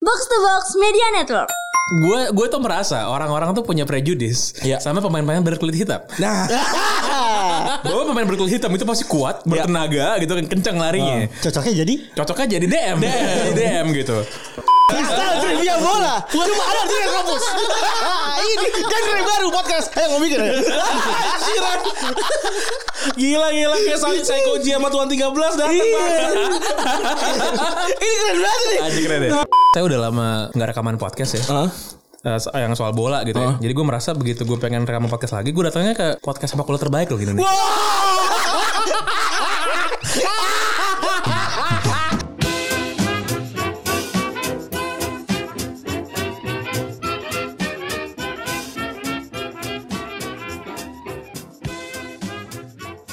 Box to Box Media Network. Gue gue tuh merasa orang-orang tuh punya prejudis Iya. sama pemain-pemain berkulit hitam. Nah, Bahwa pemain berkulit hitam itu pasti kuat, Iya. bertenaga gitu kan, kencang Iya. Ah. larinya. Cocoknya jadi Cocoknya jadi DM, jadi DM gitu. Iya, freestyle trivia bola. Cuma ada di kampus. Ini genre baru podcast. Ayo mau bikin ya. Anjiran. Gila gila Ya Iya. saya saya kunci sama tuan 13 datang. Ini keren banget nih. Aja keren ya. Saya udah lama nggak rekaman podcast ya. Hah? Eh, so- yang soal bola gitu Ah. ya. Jadi gue merasa begitu gue pengen rekaman podcast lagi, gue datangnya ke podcast sepak bola terbaik loh gitu nih.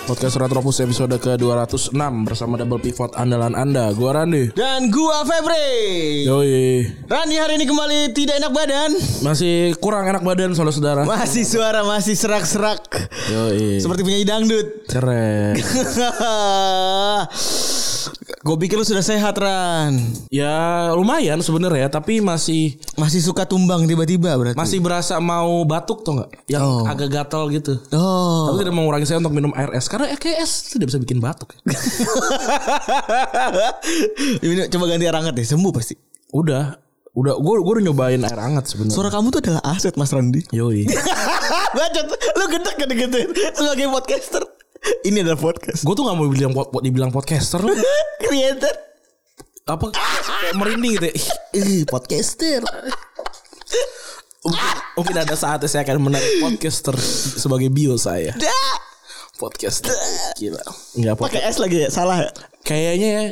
Podcast Retropus episode ke-206 bersama double pivot andalan Anda. Gua Randy. Dan gua Febri Yoi. Rani hari ini kembali tidak enak badan Masih kurang enak badan saudara-saudara. Masih suara masih serak-serak Yoi. Seperti penyanyi dangdut keren. Gue pikir lu sudah sehat Ran ya lumayan sebenarnya tapi masih Masih suka tumbang tiba-tiba berarti masih berasa mau batuk tuh nggak? Yang Oh. agak gatal gitu. Oh Tapi tidak mengurangi saya untuk minum air es karena E es tidak bisa bikin batuk. ya. Ini Coba ganti air hangat deh sembuh pasti udah, udah gue gue udah nyobain air hangat sebenarnya. Suara kamu tuh adalah aset Mas Randi Yoi. Bacot Lu gedek kan digituin Sebagai podcaster Ini adalah podcast gue tuh nggak mau bilang pot, pot- dibilang podcaster lu Creator apa Ah. kayak merinding gitu. ya. Ih, Ih, podcaster Mungkin, mungkin ada saatnya saya akan menarik podcaster sebagai bio saya. Dah Podcaster. Gila. Enggak apa. Pakai S lagi ya Salah ya Kayaknya ya,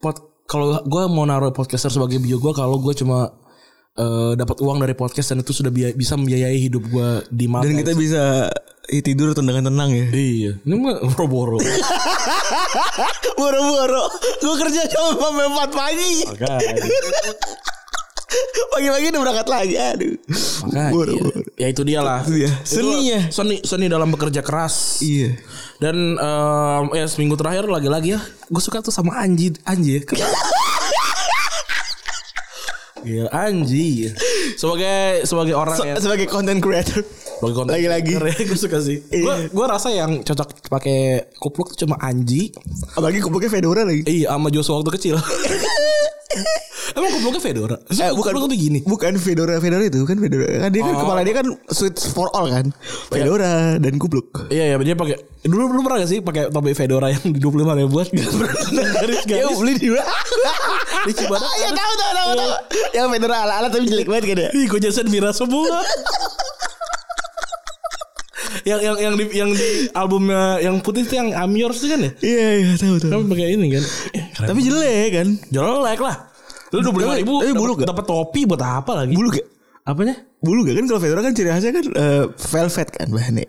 pod, kalau gue mau naruh podcaster sebagai bio gue kalau gue cuma eh, dapat uang dari podcast dan itu sudah biaya- bisa membiayai hidup gue di mana. Dan kita bisa eh, tidur tuh dengan tenang ya. Iya, ini mah boro-boro. Boro-boro. Gue kerja sampai 4 pagi. Makanya. Pagi-pagi udah berangkat lagi. Aduh. Makanya. Boro-boro. Ya itu dia lah. Itu dia. Seni Itu ya. Seni seni dalam bekerja keras. Iya. Dan em, ya seminggu terakhir lagi-lagi ya, gue suka tuh sama Anji, Anji. ya. Gila, Anji. Sebagai sebagai orang Se- yang sebagai content creator. sebagai konten Lagi-lagi. creator, gue suka sih. Iya. Gue gue rasa yang cocok pakai kupluk tuh cuma Anji. Apalagi kupluknya Fedora lagi. Iya, sama Joshua waktu kecil. Emang kupluknya Fedora? Eh, bukan kupluk tuh gini. Bukan Fedora Fedora itu kan Fedora. Kan dia Oh. kan kepala dia kan switch for all kan. Fedora dan kupluk. Iya ya, dia pakai dulu dulu pernah gak sih pakai topi fedora yang di dua puluh lima ribuan? Garis Ya garis beli di mana? di Cibadak. Ya tahu tahu tahu tahu. Yang Fedora ala-ala tapi jelek banget kan ya. Iya, Ih, gue jasen miras semua. yang yang yang di yang di albumnya yang putih itu yang I'm Yours itu kan ya? Iya iya tahu tahu. Kan pakai ini kan. Tapi jelek kan. Jelek lah. Lu dua puluh lima ribu. Tapi bulu nggak? Dapat topi buat apa lagi? Bulu gak? Apanya? Bulu gak kan kalau Fedora kan ciri khasnya kan eh, velvet kan bahannya.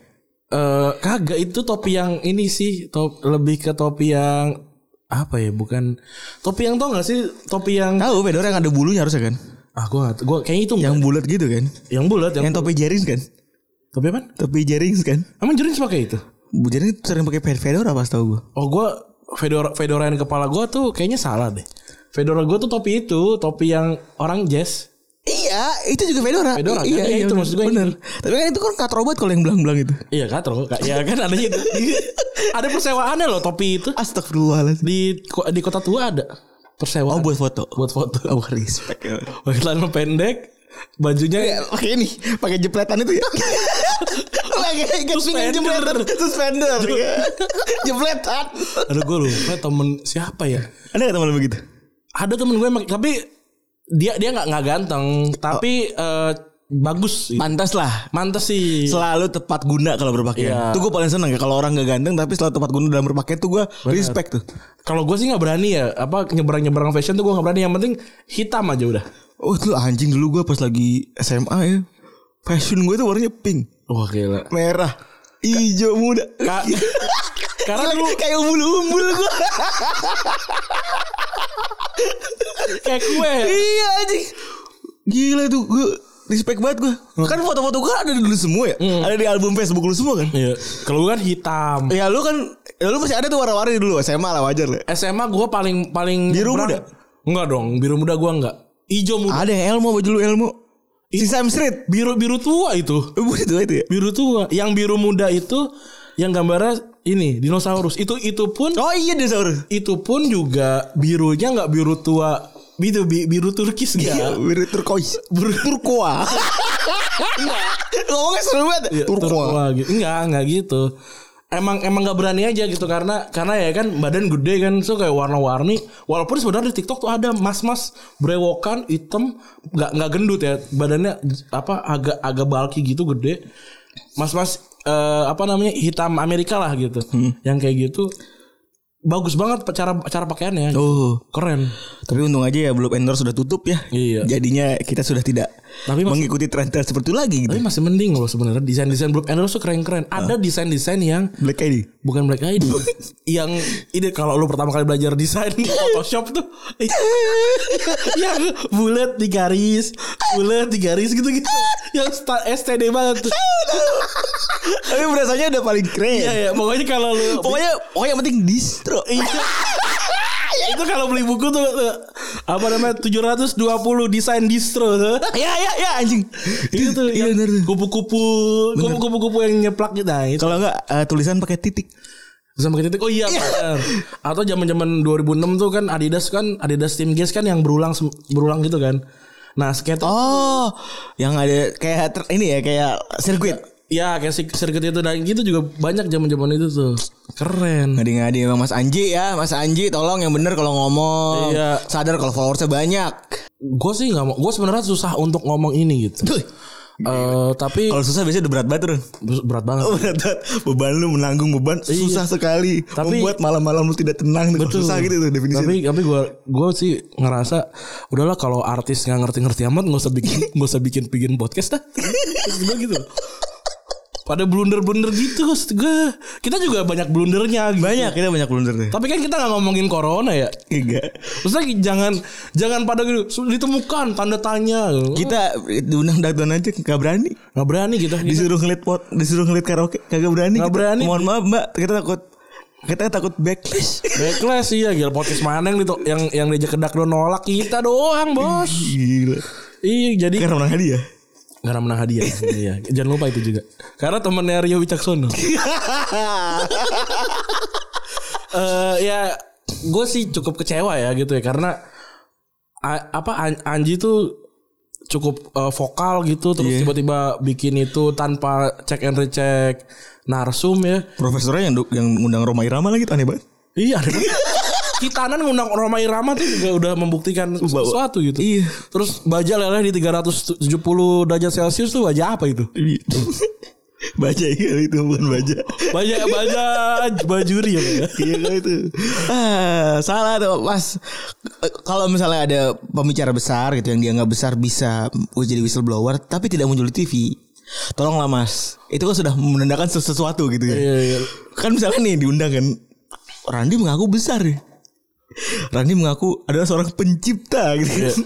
Eh kagak itu topi yang ini sih top lebih ke topi yang apa ya bukan topi yang tau gak sih topi yang Tahu Fedora yang ada bulunya harusnya kan? ah gue gue kayaknya itu Yang bulat gitu kan? Yang bulat yang, Yang topi jaring kan? topi apa? Topi jaring kan? Emang Jurins pakai itu? Bu jaring sering pakai Fe- Fedora pas tahu gue. Oh gua fedora fedora yang di kepala gua tuh kayaknya salah deh. Fedora gua tuh topi itu, topi yang orang jazz. Iya, itu juga Fedora. Fedora, I- iya, kan? Ya, iya, itu bener. maksud gua. Bener. Tapi kan itu kan katrobat kalau yang belang-belang itu. Iya katro, Kak. ya kan adanya itu. ada persewaannya loh topi itu Astagfirullahaladzim. di ko- di kota tua ada persewaan. Oh buat foto. buat foto. Oh respect. Pakai celana pendek, bajunya Ya, pakai ini, pakai jepletan itu ya. pakai ikat pinggang jepletan, suspender. iya. jepletan. Aduh gue lupa temen siapa ya Ada nggak teman lu begitu? Ada temen gue emang- tapi Dia dia gak, nggak ganteng Tapi eh, bagus gitu. Pantas lah. Mantes sih selalu tepat guna kalau berpakaian. Iya. Tuh gue paling seneng ya kalau orang gak ganteng tapi selalu tepat guna dalam berpakaian tuh gue respect tuh. Kalau gue sih nggak berani ya apa nyebrang nyebrang fashion tuh gue nggak berani. Yang penting hitam aja udah. Oh tuh anjing dulu gue pas lagi SMA ya. Fashion gue tuh warnanya pink, Wah gila. merah, hijau muda. Ka- Karena karena dulu kayak umbul-umbul gue. kayak kue. iya anjing. Gila tuh gue respect banget gue. Kan foto-foto gue ada dulu semua ya. Ada di album Facebook lu semua kan. Iya. Kalau gue kan hitam. Ya lu kan ya lu masih ada tuh warna-warni dulu SMA lah wajar lah. SMA gue paling paling Biru nyebrang- muda? Enggak dong. Biru muda gue enggak. Ijo muda. Ada yang Elmo baju lu Elmo. Sesame Street. Biru biru tua itu. Eh, Bukan itu itu ya? Biru tua. Yang biru muda itu yang gambarnya ini dinosaurus. Itu itu pun Oh iya dinosaurus. itu pun juga birunya nggak biru tua. Itu bi- biru turkis Iya, ya. biru turquoise. Biru turkoa. Ngomongnya seru banget. Iya, Turkoa. Turkoa gitu. Enggak, enggak gitu. Emang emang nggak berani aja gitu karena karena ya kan badan gede kan so kayak warna-warni walaupun sebenarnya di TikTok tuh ada mas-mas brewokan hitam nggak nggak gendut ya badannya apa agak agak bulky gitu gede mas-mas eh, apa namanya hitam Amerika lah gitu yang kayak gitu bagus banget cara cara pakaiannya Oh, keren tapi untung aja ya belum endorse sudah tutup ya. Iya. Jadinya kita sudah tidak Tapi maksud- mengikuti tren-tren seperti itu lagi gitu. tapi masih mending loh sebenarnya desain desain Blue Endorse tuh keren keren ada desain desain yang Black ID. Bukan Black ID Yang ini kalau lu pertama kali belajar desain Photoshop tuh iya, Yang bulat di garis Bulat di garis gitu-gitu Yang sta- STD banget tuh tapi berasanya udah paling keren. Iya ya pokoknya kalau lu Pokoknya pokoknya yang penting distro. Iya. Itu kalau beli buku tuh tuh, Apa namanya 720 desain distro tuh Ya ya ya anjing. Itu tuh Iya, yang bener tuh. Kupu-kupu Kupu-kupu yang nyeplak gitu Nah itu Kalau enggak eh, tulisan pakai titik. Terus sama titik oh iya bener. Atau zaman-zaman 2006 tuh kan Adidas kan Adidas Team Gas kan yang berulang sem- berulang gitu kan. Nah, skate Oh, yang ada kayak ter- ini ya kayak sirkuit. ya kayak sir- sirkuit itu dan gitu juga banyak zaman-zaman itu tuh. Keren. Ngadi-ngadi emang Mas Anji ya, Mas Anji tolong yang bener kalau ngomong. Iya. Sadar kalau followersnya banyak. Gue sih nggak mau. Gue sebenarnya susah untuk ngomong ini gitu. Tuh. Eh, tapi Kalau susah biasanya udah berat banget Run. berat banget. Oh, Berat banget. Beban lu menanggung beban susah sekali. Tapi- Membuat malam-malam lu tidak tenang. Betul. Susah gitu tuh definisinya. Tapi tapi gue gue sih ngerasa udahlah kalau artis nggak ngerti-ngerti amat nggak usah bikin nggak usah bikin bikin podcast dah. gue gitu. Pada blunder-blunder gitu gue. Kita juga banyak blundernya. Gitu. Banyak kita banyak blunder deh. Tapi kan kita nggak ngomongin corona ya. Enggak. Maksudnya jangan jangan pada gitu "Su- ditemukan tanda tanya. Kita diundang dagdown aja kagak berani. Nggak berani kita. kita. Disuruh ngeliat pot, disuruh ngeliat karaoke kagak Iya. berani. Nggak kita. berani. Mohon maaf Mbak, kita takut kita takut backlash. Backlash iya gila podcast mana yang dito- yang yang diajak kedak lo nolak kita doang, Bos. Gila. Iya, jadi Karena menang hadiah. karena menang hadiah. iya, jangan lupa itu juga. Karena temennya Rio Wicaksono. Eh ya gue sih cukup kecewa ya gitu ya karena a- apa An- Anji tuh cukup eh, vokal gitu terus tiba-tiba bikin itu tanpa cek and recheck narsum ya. Profesornya yang yang ngundang Roma Irama lagi tuh aneh banget. Iya ada Kitanan ngundang Roma Irama tuh juga udah membuktikan sesuatu gitu. Iya. Terus baja leleh di 370 derajat Celcius tuh baja apa itu? Iya. baca iya itu bukan baca. Baja baja bajuri ya. Bang? iya kan itu. Ah, salah tuh Mas. Eh, Kalau misalnya ada pembicara besar gitu yang dianggap besar bisa jadi whistleblower tapi tidak muncul di TV. Tolonglah Mas. Itu kan sudah menandakan sesu- sesuatu gitu ya. Iya, iya. Kan misalnya nih diundang kan Randy mengaku besar ya. Randy mengaku adalah seorang pencipta gitu. kan.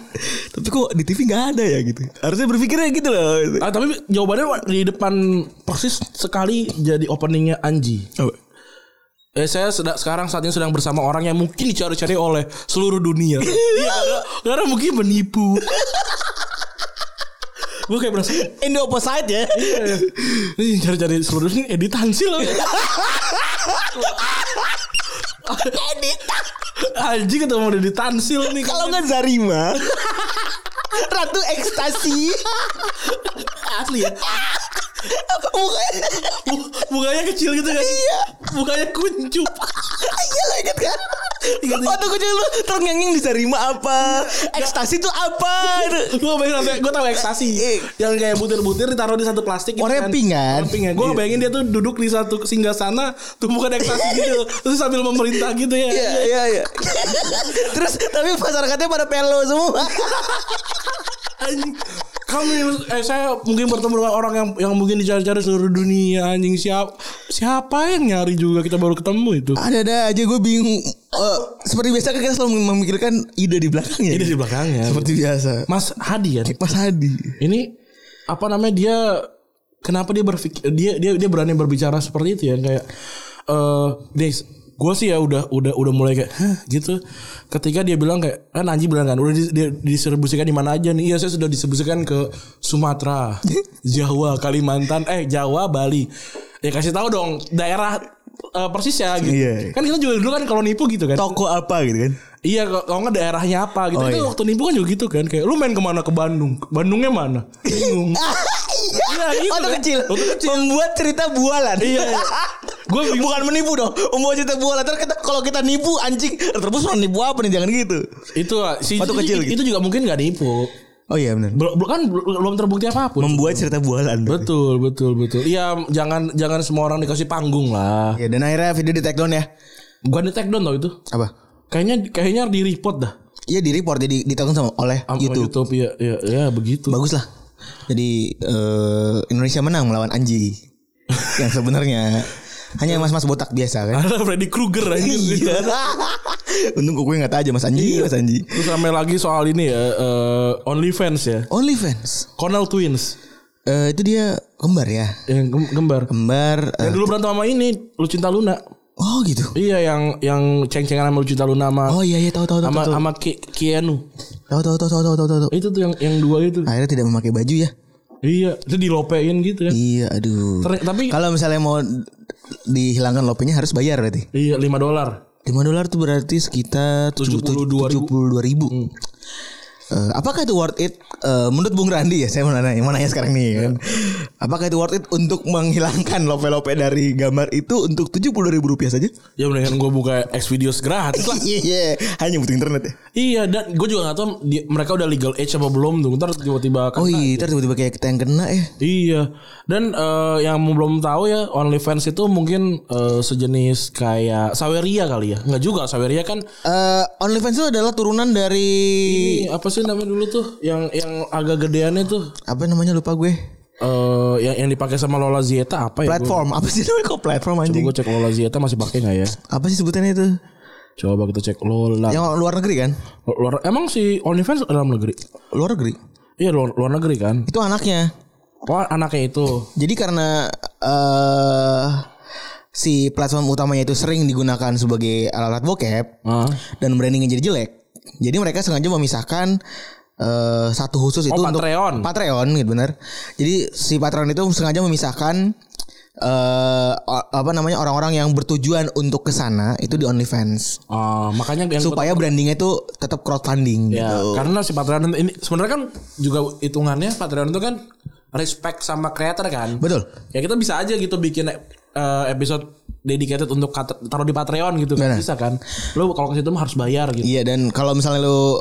Tapi kok di TV nggak ada ya gitu. Harusnya berpikirnya gitu loh. Ah, tapi jawabannya di depan persis sekali jadi openingnya Anji. Apa? Eh, saya sedang, sekarang saatnya sedang bersama orang yang mungkin dicari-cari oleh seluruh dunia. Iya, karena, karena mungkin menipu. Gue kayak berasa In the opposite ya. eh, ini cari-cari seluruh dunia editan sih loh. Edit. Anjing ketemu di tansil nih. Kalau nggak Zarima Ratu ekstasi asli ya. Bukan Bu- Mukanya kecil gitu kan. Iya Mukanya kuncup. Iya lo inget kan Waktu kecil lu terngiang-ngiang di Zarima apa Ekstasi tuh apa Gue bayangin sampai gue tahu ekstasi Eh. yang kayak butir-butir ditaruh di satu plastik. gitu Warnanya pink kan? Gue bayangin dia tuh duduk di satu singgah sana tumpukan ekstasi gitu terus sambil memerintah gitu ya. Iya iya iya Terus tapi masyarakatnya pada pelo semua Anjing. Kami eh, saya mungkin bertemu dengan orang yang yang mungkin dicari-cari seluruh dunia anjing siap siapa yang nyari juga kita baru ketemu itu. Ada-ada aja gue bingung Eh, Seperti biasa kan kita selalu memikirkan ide di belakangnya Ini di belakangnya. Seperti biasa Mas Hadi kan. Mas Hadi ini apa namanya dia kenapa dia berpikir dia dia dia berani berbicara seperti itu ya kayak eh Des gue sih ya udah udah udah mulai kayak Hah, gitu ketika dia bilang kayak kan Anji bilang kan udah di- dia distribusikan di mana aja nih iya saya sudah distribusikan ke Sumatera Jawa Kalimantan eh Jawa Bali ya kasih tahu dong daerah eh, persisnya gitu Iya. kan kita juga dulu kan kalau nipu gitu kan Toko apa gitu kan? Iya kalau- kalau nggak daerahnya apa gitu Oh, Itu iya. waktu nipu kan juga gitu kan Kayak lu main kemana ke Bandung Bandungnya mana Bingung Iya gitu Waktu kan. kecil. Waktu kecil Membuat cerita bualan. Iya Gue bingung Bukan menipu dong. Membuat cerita bualan. Terus kita- kalau kita nipu anjing. Terus mau nipu apa nih? Jangan gitu. Itu ah, si, Waktu itu, kecil gitu. itu juga mungkin nggak nipu Oh iya benar. Belum kan bel- belum terbukti apapun Membuat cerita bualan. Betul betul betul Iya jangan jangan semua orang dikasih panggung lah Ya, dan akhirnya video di take down ya. Bukan di take down tau itu Apa? Kayaknya kayaknya di report dah Iya di report jadi di take down sama oleh Sama YouTube. YouTube ya, ya, ya Gitu. begitu Bagus lah. Jadi eh, Indonesia menang melawan Anji. yang sebenarnya Iya. hanya mas-mas botak biasa kan. Ada Freddy Krueger aja Iya. Untung gue nggak tahu aja Mas Anji, Iya. Mas Anji. Terus rame lagi soal ini ya eh, OnlyFans ya OnlyFans. Connell Twins Eh itu dia kembar ya. yang gem- gembar. Kembar. eh, Yang dulu berantem sama ini Lucinta Luna. oh gitu. Iya yang yang ceng-cengan sama Lucinta Luna sama Oh iya iya tahu tahu tahu sama, tahu. sama Ki- Keanu. Tahu tahu tahu tahu tahu tahu, tahu. Itu tuh yang yang dua itu. Akhirnya tidak memakai baju ya. Iya, itu dilopein gitu ya. Iya, aduh. Ter- tapi Kalau misalnya mau dihilangkan lopenya harus bayar berarti. iya 5 dolar. 5 dolar tuh berarti sekitar 72.000. 72 ribu. Hmm. Eh, apakah itu worth it Eh, menurut Bung Randi ya saya mau nanya, mau nanya sekarang nih Iya. kan. Apakah itu worth it untuk menghilangkan lope-lope dari gambar itu untuk 70 ribu rupiah saja? Ya mendingan gue buka X videos gratis lah. Iya, hanya butuh internet ya. iya, dan gue juga gak tau dia- mereka udah legal age apa belum tuh. Ntar tiba-tiba kena. Oh iya, ntar tiba-tiba kayak kita yang kena ya. Iya. Dan eh, yang belum tahu ya OnlyFans itu mungkin eh, sejenis kayak Saweria kali ya. Nggak juga Saweria kan Eh OnlyFans itu adalah turunan Iya. dari Ini apa sih namanya dulu tuh yang yang agak gedeannya tuh apa namanya lupa gue. eh yang yang dipakai sama Lola Zieta apa ya? Platform apa sih namanya kok platform anjing? Gue cek Lola Zieta masih pakai nggak ya? Apa sih sebutannya itu? Coba kita cek Lola. Yang luar negeri kan? Luar- emang si OnlyFans dalam negeri? Luar negeri. Iya luar, luar negeri kan? Itu anaknya. Oh anaknya itu. Jadi karena eh si platform utamanya itu sering digunakan sebagai alat-alat bokep Ah. dan brandingnya jadi jelek. Jadi mereka sengaja memisahkan eh satu khusus itu Oh, untuk Patreon. Patreon gitu benar. Jadi si Patreon itu sengaja memisahkan eh o- apa namanya orang-orang yang bertujuan untuk ke sana itu di OnlyFans Ah, makanya yang supaya brandingnya itu tetap crowdfunding ya, gitu. karena si Patreon ini sebenarnya kan juga hitungannya Patreon itu kan respect sama creator kan? Betul. Ya kita bisa aja gitu bikin eh, episode dedicated untuk kat- taruh di Patreon gitu kan Benar. bisa kan? Lo kalau ke situ mah harus bayar gitu. Iya dan kalau misalnya lu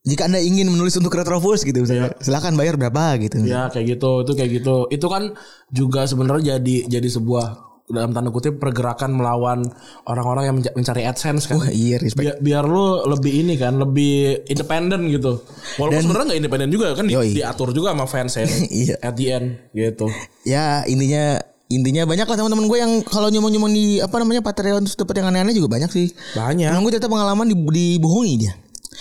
jika anda ingin menulis untuk Retrovus gitu misalnya, silakan bayar berapa gitu. Ya kayak gitu, itu kayak gitu. Itu kan juga sebenarnya jadi jadi sebuah dalam tanda kutip pergerakan melawan orang-orang yang menca- mencari AdSense kan. Wah, iya, respect. Biar, biar lu lebih ini kan, lebih independen gitu. Walaupun sebenarnya nggak independen juga kan di- Yoi. diatur juga sama fans ya. Iya. At the end gitu. Ya intinya intinya banyak lah teman-teman gue yang kalau nyomong-nyomong di apa namanya Patreon terus dapat yang aneh-aneh juga banyak sih. Banyak. Temen gue cerita pengalaman di, dibohongi dia.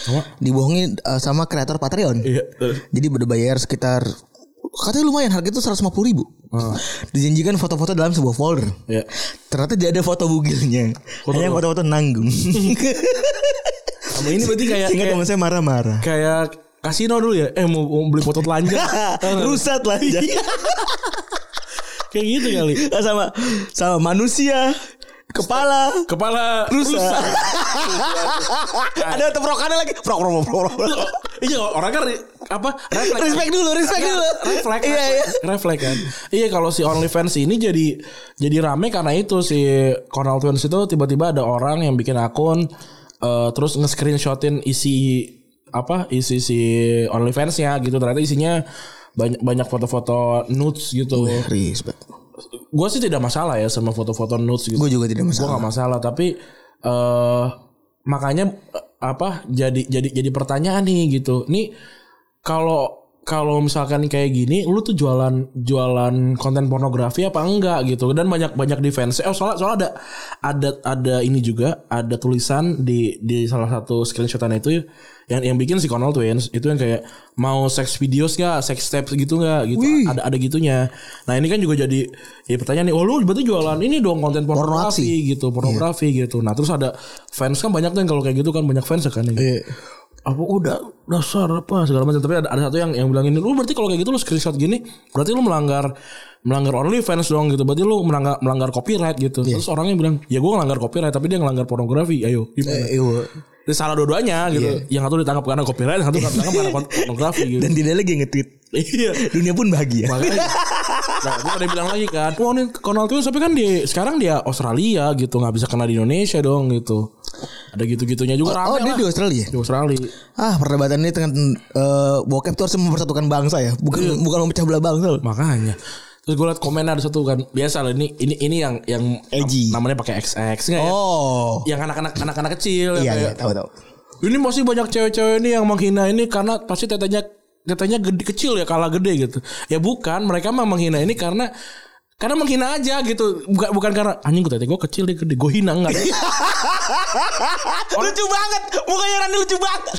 Apa? Dibohongi eh, sama kreator Patreon. Iya. Jadi berbayar sekitar katanya lumayan harga itu 150 ribu. Ah. Dijanjikan foto-foto dalam sebuah folder. Iya. Ternyata tidak ada foto bugilnya. Hanya foto-foto nanggung. Sama ini berarti kayak Sehingga kayak, teman saya marah-marah. kayak kasino dulu ya. Eh mau, mau beli foto telanjang. Tau nggak? Iya. Rusat lah ya. kayak gitu kali. Nah, sama sama manusia kepala Kepala rusak. Ada teprokannya lagi. Prok prok prok, prok prok. Iya orang kan re- apa refleks Respect dulu, respect dulu. refleks Iya, iya. refleks kan iya kalau si OnlyFans ini jadi jadi rame karena itu si Cornel Twins itu tiba-tiba ada orang yang bikin akun eh, terus nge-screenshotin isi apa isi si OnlyFansnya gitu ternyata isinya banyak banyak foto-foto nudes gitu iya. Oh, Respect. gue sih tidak masalah ya sama foto-foto nudes gitu Gue juga tidak gue masalah. nggak masalah tapi eh makanya eh, apa jadi jadi jadi pertanyaan nih gitu nih kalau kalau misalkan kayak gini lu tuh jualan jualan konten pornografi apa enggak gitu dan banyak banyak defense oh soalnya soalnya ada ada ada ini juga ada tulisan di di salah satu screenshotan itu yang yang bikin si Connell Twins itu yang kayak mau sex videos nggak sex tapes gitu nggak gitu ada ada gitunya nah ini kan juga jadi ya pertanyaan nih oh lu berarti jualan ini dong konten pornografi gitu pornografi Iya. gitu nah terus ada fans kan banyak tuh yang kalau kayak gitu kan banyak fans kan yang Iya. gitu apa udah dasar apa segala macam tapi ada, ada satu yang yang bilang ini lu berarti kalau kayak gitu lu screenshot gini berarti lu melanggar melanggar only fans dong gitu berarti lu melanggar melanggar copyright gitu Iya. terus orangnya bilang ya gue ngelanggar copyright tapi dia ngelanggar pornografi ayo gimana Eh, iya. Jadi salah dua-duanya gitu yang satu ditangkap karena copyright yang satu ditangkap karena kon- pornografi gitu Dan tidak lagi nge-tweet. iya Dunia pun bahagia. makanya nah dia ada bilang lagi kan wah ini Konal Twins tapi kan di sekarang dia Australia gitu nggak bisa kena di Indonesia dong gitu ada gitu-gitunya juga Oh, rame dia lah. di Australia. di Australia Ah, perdebatan ini dengan eh, bokep tuh harus mempersatukan bangsa ya, bukan bukan memecah belah bangsa. loh. Makanya. Terus gue liat komen ada satu kan biasa lah ini ini ini yang yang Edgy. nam- namanya pakai XX nggak ya? Oh. Yang anak-anak anak-anak kecil yang Iya, iya, kayak, tahu tahu. Ini masih banyak cewek-cewek ini yang menghina ini karena pasti tetenya tetenya gede kecil ya kalah gede gitu. Ya bukan, mereka mah menghina ini karena karena menghina aja gitu. Bukan bukan karena anjing gue tete gue kecil dia gede, gue hina enggak. lucu banget. Mukanya Rani lucu banget.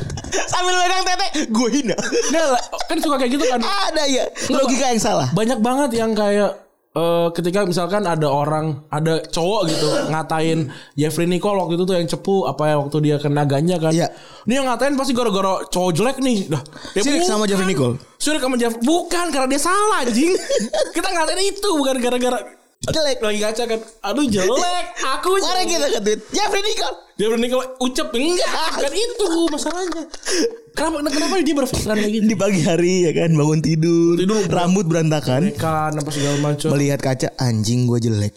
Sambil megang tete, gue hina. Nggak lah, kan suka kayak gitu kan. Ada ya logika yang salah. banyak banget yang kayak eh, ketika misalkan ada orang ada cowok gitu ngatain Jeffrey Nicole waktu itu tuh yang cepu apa ya waktu dia kena ganja kan Iya. dia yang ngatain pasti gara-gara cowok jelek nih dah ya Sirik sama bukan. Jeffrey Nicole. sirik sama Jeff bukan karena dia salah anjing kita ngatain itu bukan gara-gara Jelek. lagi ngaca kan aduh jelek aku Mari jelek kita ke tweet. Jeffrey Nicole. Jeffrey Nicole ucap enggak bukan itu masalahnya kenapa kenapa dia berpikiran kayak gitu? gini Di pagi hari ya kan bangun tidur, Tidur. rambut berantakan, kan apa segala macam melihat kaca anjing gue jelek.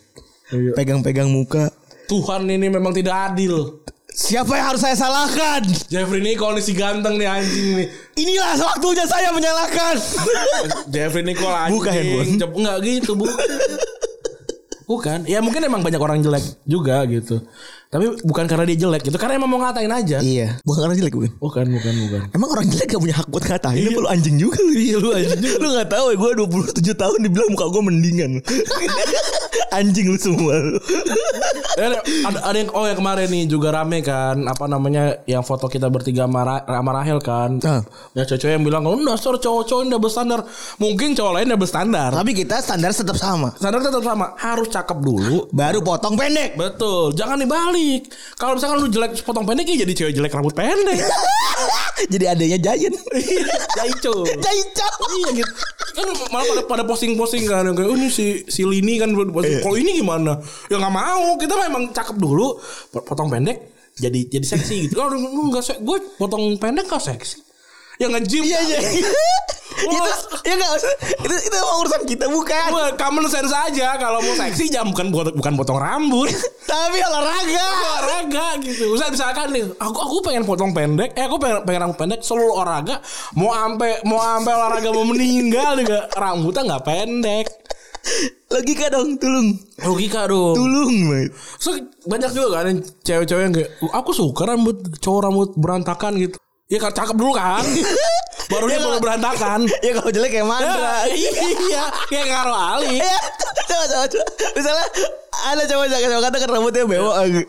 Iya. Pegang-pegang muka. Tuhan ini memang tidak adil Siapa yang harus saya salahkan? Jeffrey Nicole nih si ganteng nih anjing nih. Inilah waktunya saya menyalahkan. Jeffrey Nicole anjing. Buka handphone. Cep- Enggak gitu, Bu. Bukan, ya mungkin emang banyak orang jelek juga gitu. Tapi bukan karena dia jelek gitu, karena emang mau ngatain aja. iya, bukan karena jelek bukan. Bukan, bukan, bukan. Emang orang jelek gak punya hak buat ngatain Ini lu anjing juga lu Iya lu anjing Lu gak tau ya Gue 27 tahun dibilang muka gue mendingan Anjing lu semua lu. Eh, Ada, ada, ada yang oh yang kemarin nih juga rame kan, apa namanya yang foto kita bertiga sama, Ra- sama Rahel kan. Ah. Ya cowok yang bilang, "Oh, dasar cowok-cowok ini double standar." Mungkin cowok lain double standar. Tapi kita standar tetap sama Standar tetap sama, harus cakep dulu, Baru potong pendek Betul, jangan dibalik. Kalau misalkan lu jelek potong pendek ya jadi cewek jelek rambut pendek. Jadi adanya Giant Jaico. Jaico iya gitu. Kan malah pada pada posting-posting kan yang kayak oh, ini si si Lini kan buat Iya. posting. Kalau ini gimana? Ya nggak mau. Kita memang cakep dulu potong pendek jadi jadi seksi gitu. Kalau lu enggak se- gue potong pendek gak seksi. Ya nge-gym. Iya iya Itu Wah. Ya gak Itu, itu emang urusan kita bukan Gua common sense aja kalau mau seksi jangan bukan bukan potong rambut. Tapi olahraga olahraga gitu. Misal misalkan nih, aku aku pengen potong pendek, eh aku pengen pengen rambut pendek, selalu olahraga, mau ampe mau ampe olahraga mau meninggal juga rambutnya nggak pendek. Logika dong Tulung Logika dong. Tulung mate. So, banyak juga kan yang cewek-cewek yang kayak, aku suka rambut cowok rambut berantakan gitu. Ya kan cakep dulu kan. Baru dia mau berantakan. Ya kalau jelek kayak Ya, Mandra iya, kayak Karo Ali. Iya, coba coba coba. Misalnya ada cowok cakep cowok kata kan rambutnya bewok Iya. eh,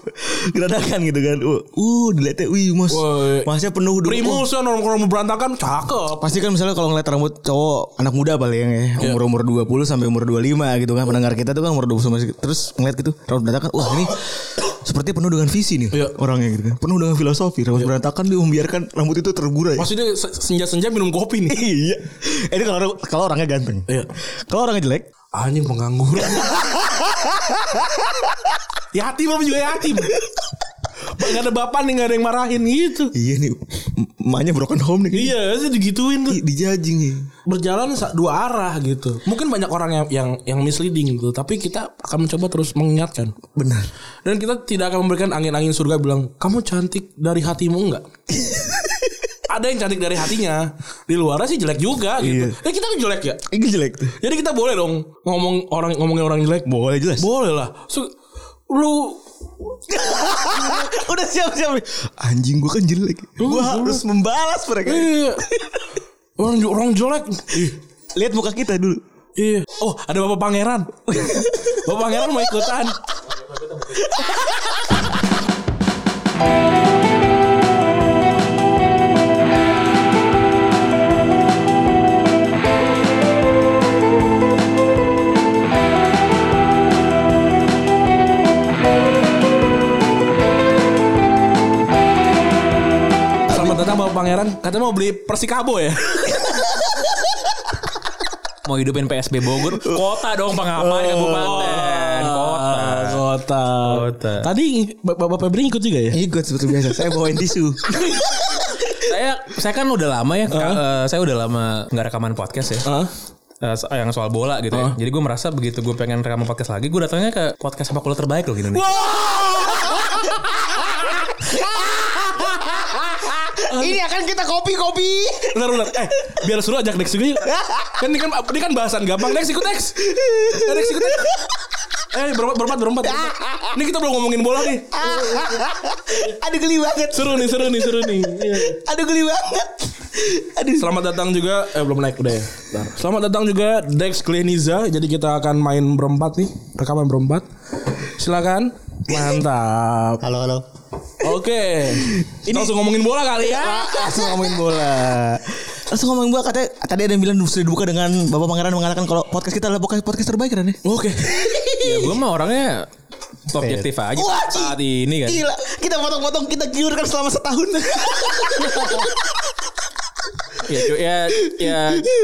geradakan gitu kan. Uh, uh dilihatnya wih mas. Woi. Masnya penuh dulu. Primus kan orang orang berantakan cakep. Pasti kan misalnya kalau ngeliat rambut cowok anak muda paling ya, Iya. umur-umur 20 sampai umur 25 gitu kan. Pendengar kita tuh kan umur 20 masih terus ngeliat gitu rambut berantakan, wah ini seperti penuh dengan visi nih Iya. orangnya gitu kan. Penuh dengan filosofi, rambut berantakan dia membiarkan rambut itu tergurai. Maksudnya se- senja-senja minum kopi nih. Iya. Ini kalau kalau orangnya ganteng. Iya. Kalau orangnya jelek, Anjing pengangguran. yatim apa Ya, juga yatim. Gak ada bapak nih gak ada yang marahin gitu. iya nih emaknya broken home nih. Iya sih digituin tuh. Dijajing nih. Berjalan sa- dua arah gitu. Mungkin banyak orang yang yang, yang misleading gitu. Tapi kita akan mencoba terus mengingatkan. Benar. Dan kita tidak akan memberikan angin-angin surga bilang kamu cantik dari hatimu enggak. ada yang cantik dari hatinya. Di luarnya sih jelek juga gitu. Iya. Ya kita kan jelek ya. Ini jelek tuh. Jadi kita boleh dong ngomong orang ngomongin orang jelek. Boleh jelas. Boleh lah. So, lu Udah siap-siap. Anjing gua kan jelek. Gua harus membalas mereka. iya. orang orang jelek Ih, Lihat muka kita dulu. iya oh ada bapak pangeran bapak pangeran mau ikutan selamat datang bapak pangeran katanya mau beli persikabo ya Mau hidupin PSB Bogor, kota dong pengapain Kan, kabupaten, kota. Ah, kota Kota. tadi Bap- bapak Febri ikut juga ya Ikut seperti biasa. Saya bawain tisu. Saya saya kan udah lama ya, Ah. Kak, eh, saya udah lama nggak rekaman podcast ya. Hah? Eh, so- yang soal bola gitu ya. Jadi gue merasa begitu gue pengen rekaman podcast lagi, gue datangnya ke podcast sepak bola terbaik loh gitu nih. Ini akan kita kopi-kopi. Bentar, bentar. Eh, biar suruh ajak Dex juga yuk. Kan ini kan ini kan bahasan gampang. Dex ikut Dex. Eh, Dex ikut Dex. Eh, berempat, berempat, berempat. Ini kita belum ngomongin bola nih. Aduh geli banget. Seru nih, seru nih, seru nih. Iya. Aduh geli banget. Aduh. Selamat datang juga eh belum naik udah ya. Bentar. Selamat datang juga Dex Kleniza. Jadi kita akan main berempat nih, rekaman berempat. Silakan. Mantap. Halo halo. Oke. Ini langsung ngomongin bola kali ya. Langsung ngomongin bola. Langsung ngomongin bola katanya tadi ada yang bilang sudah dibuka dengan Bapak Pangeran mengatakan kalau podcast kita adalah podcast podcast terbaik kan ya? Oke. Ya gue mah orangnya objektif aja Wah, saat ini kan. Gila, kita potong-potong, kita giurkan selama setahun. Ya, cu- ya, ya,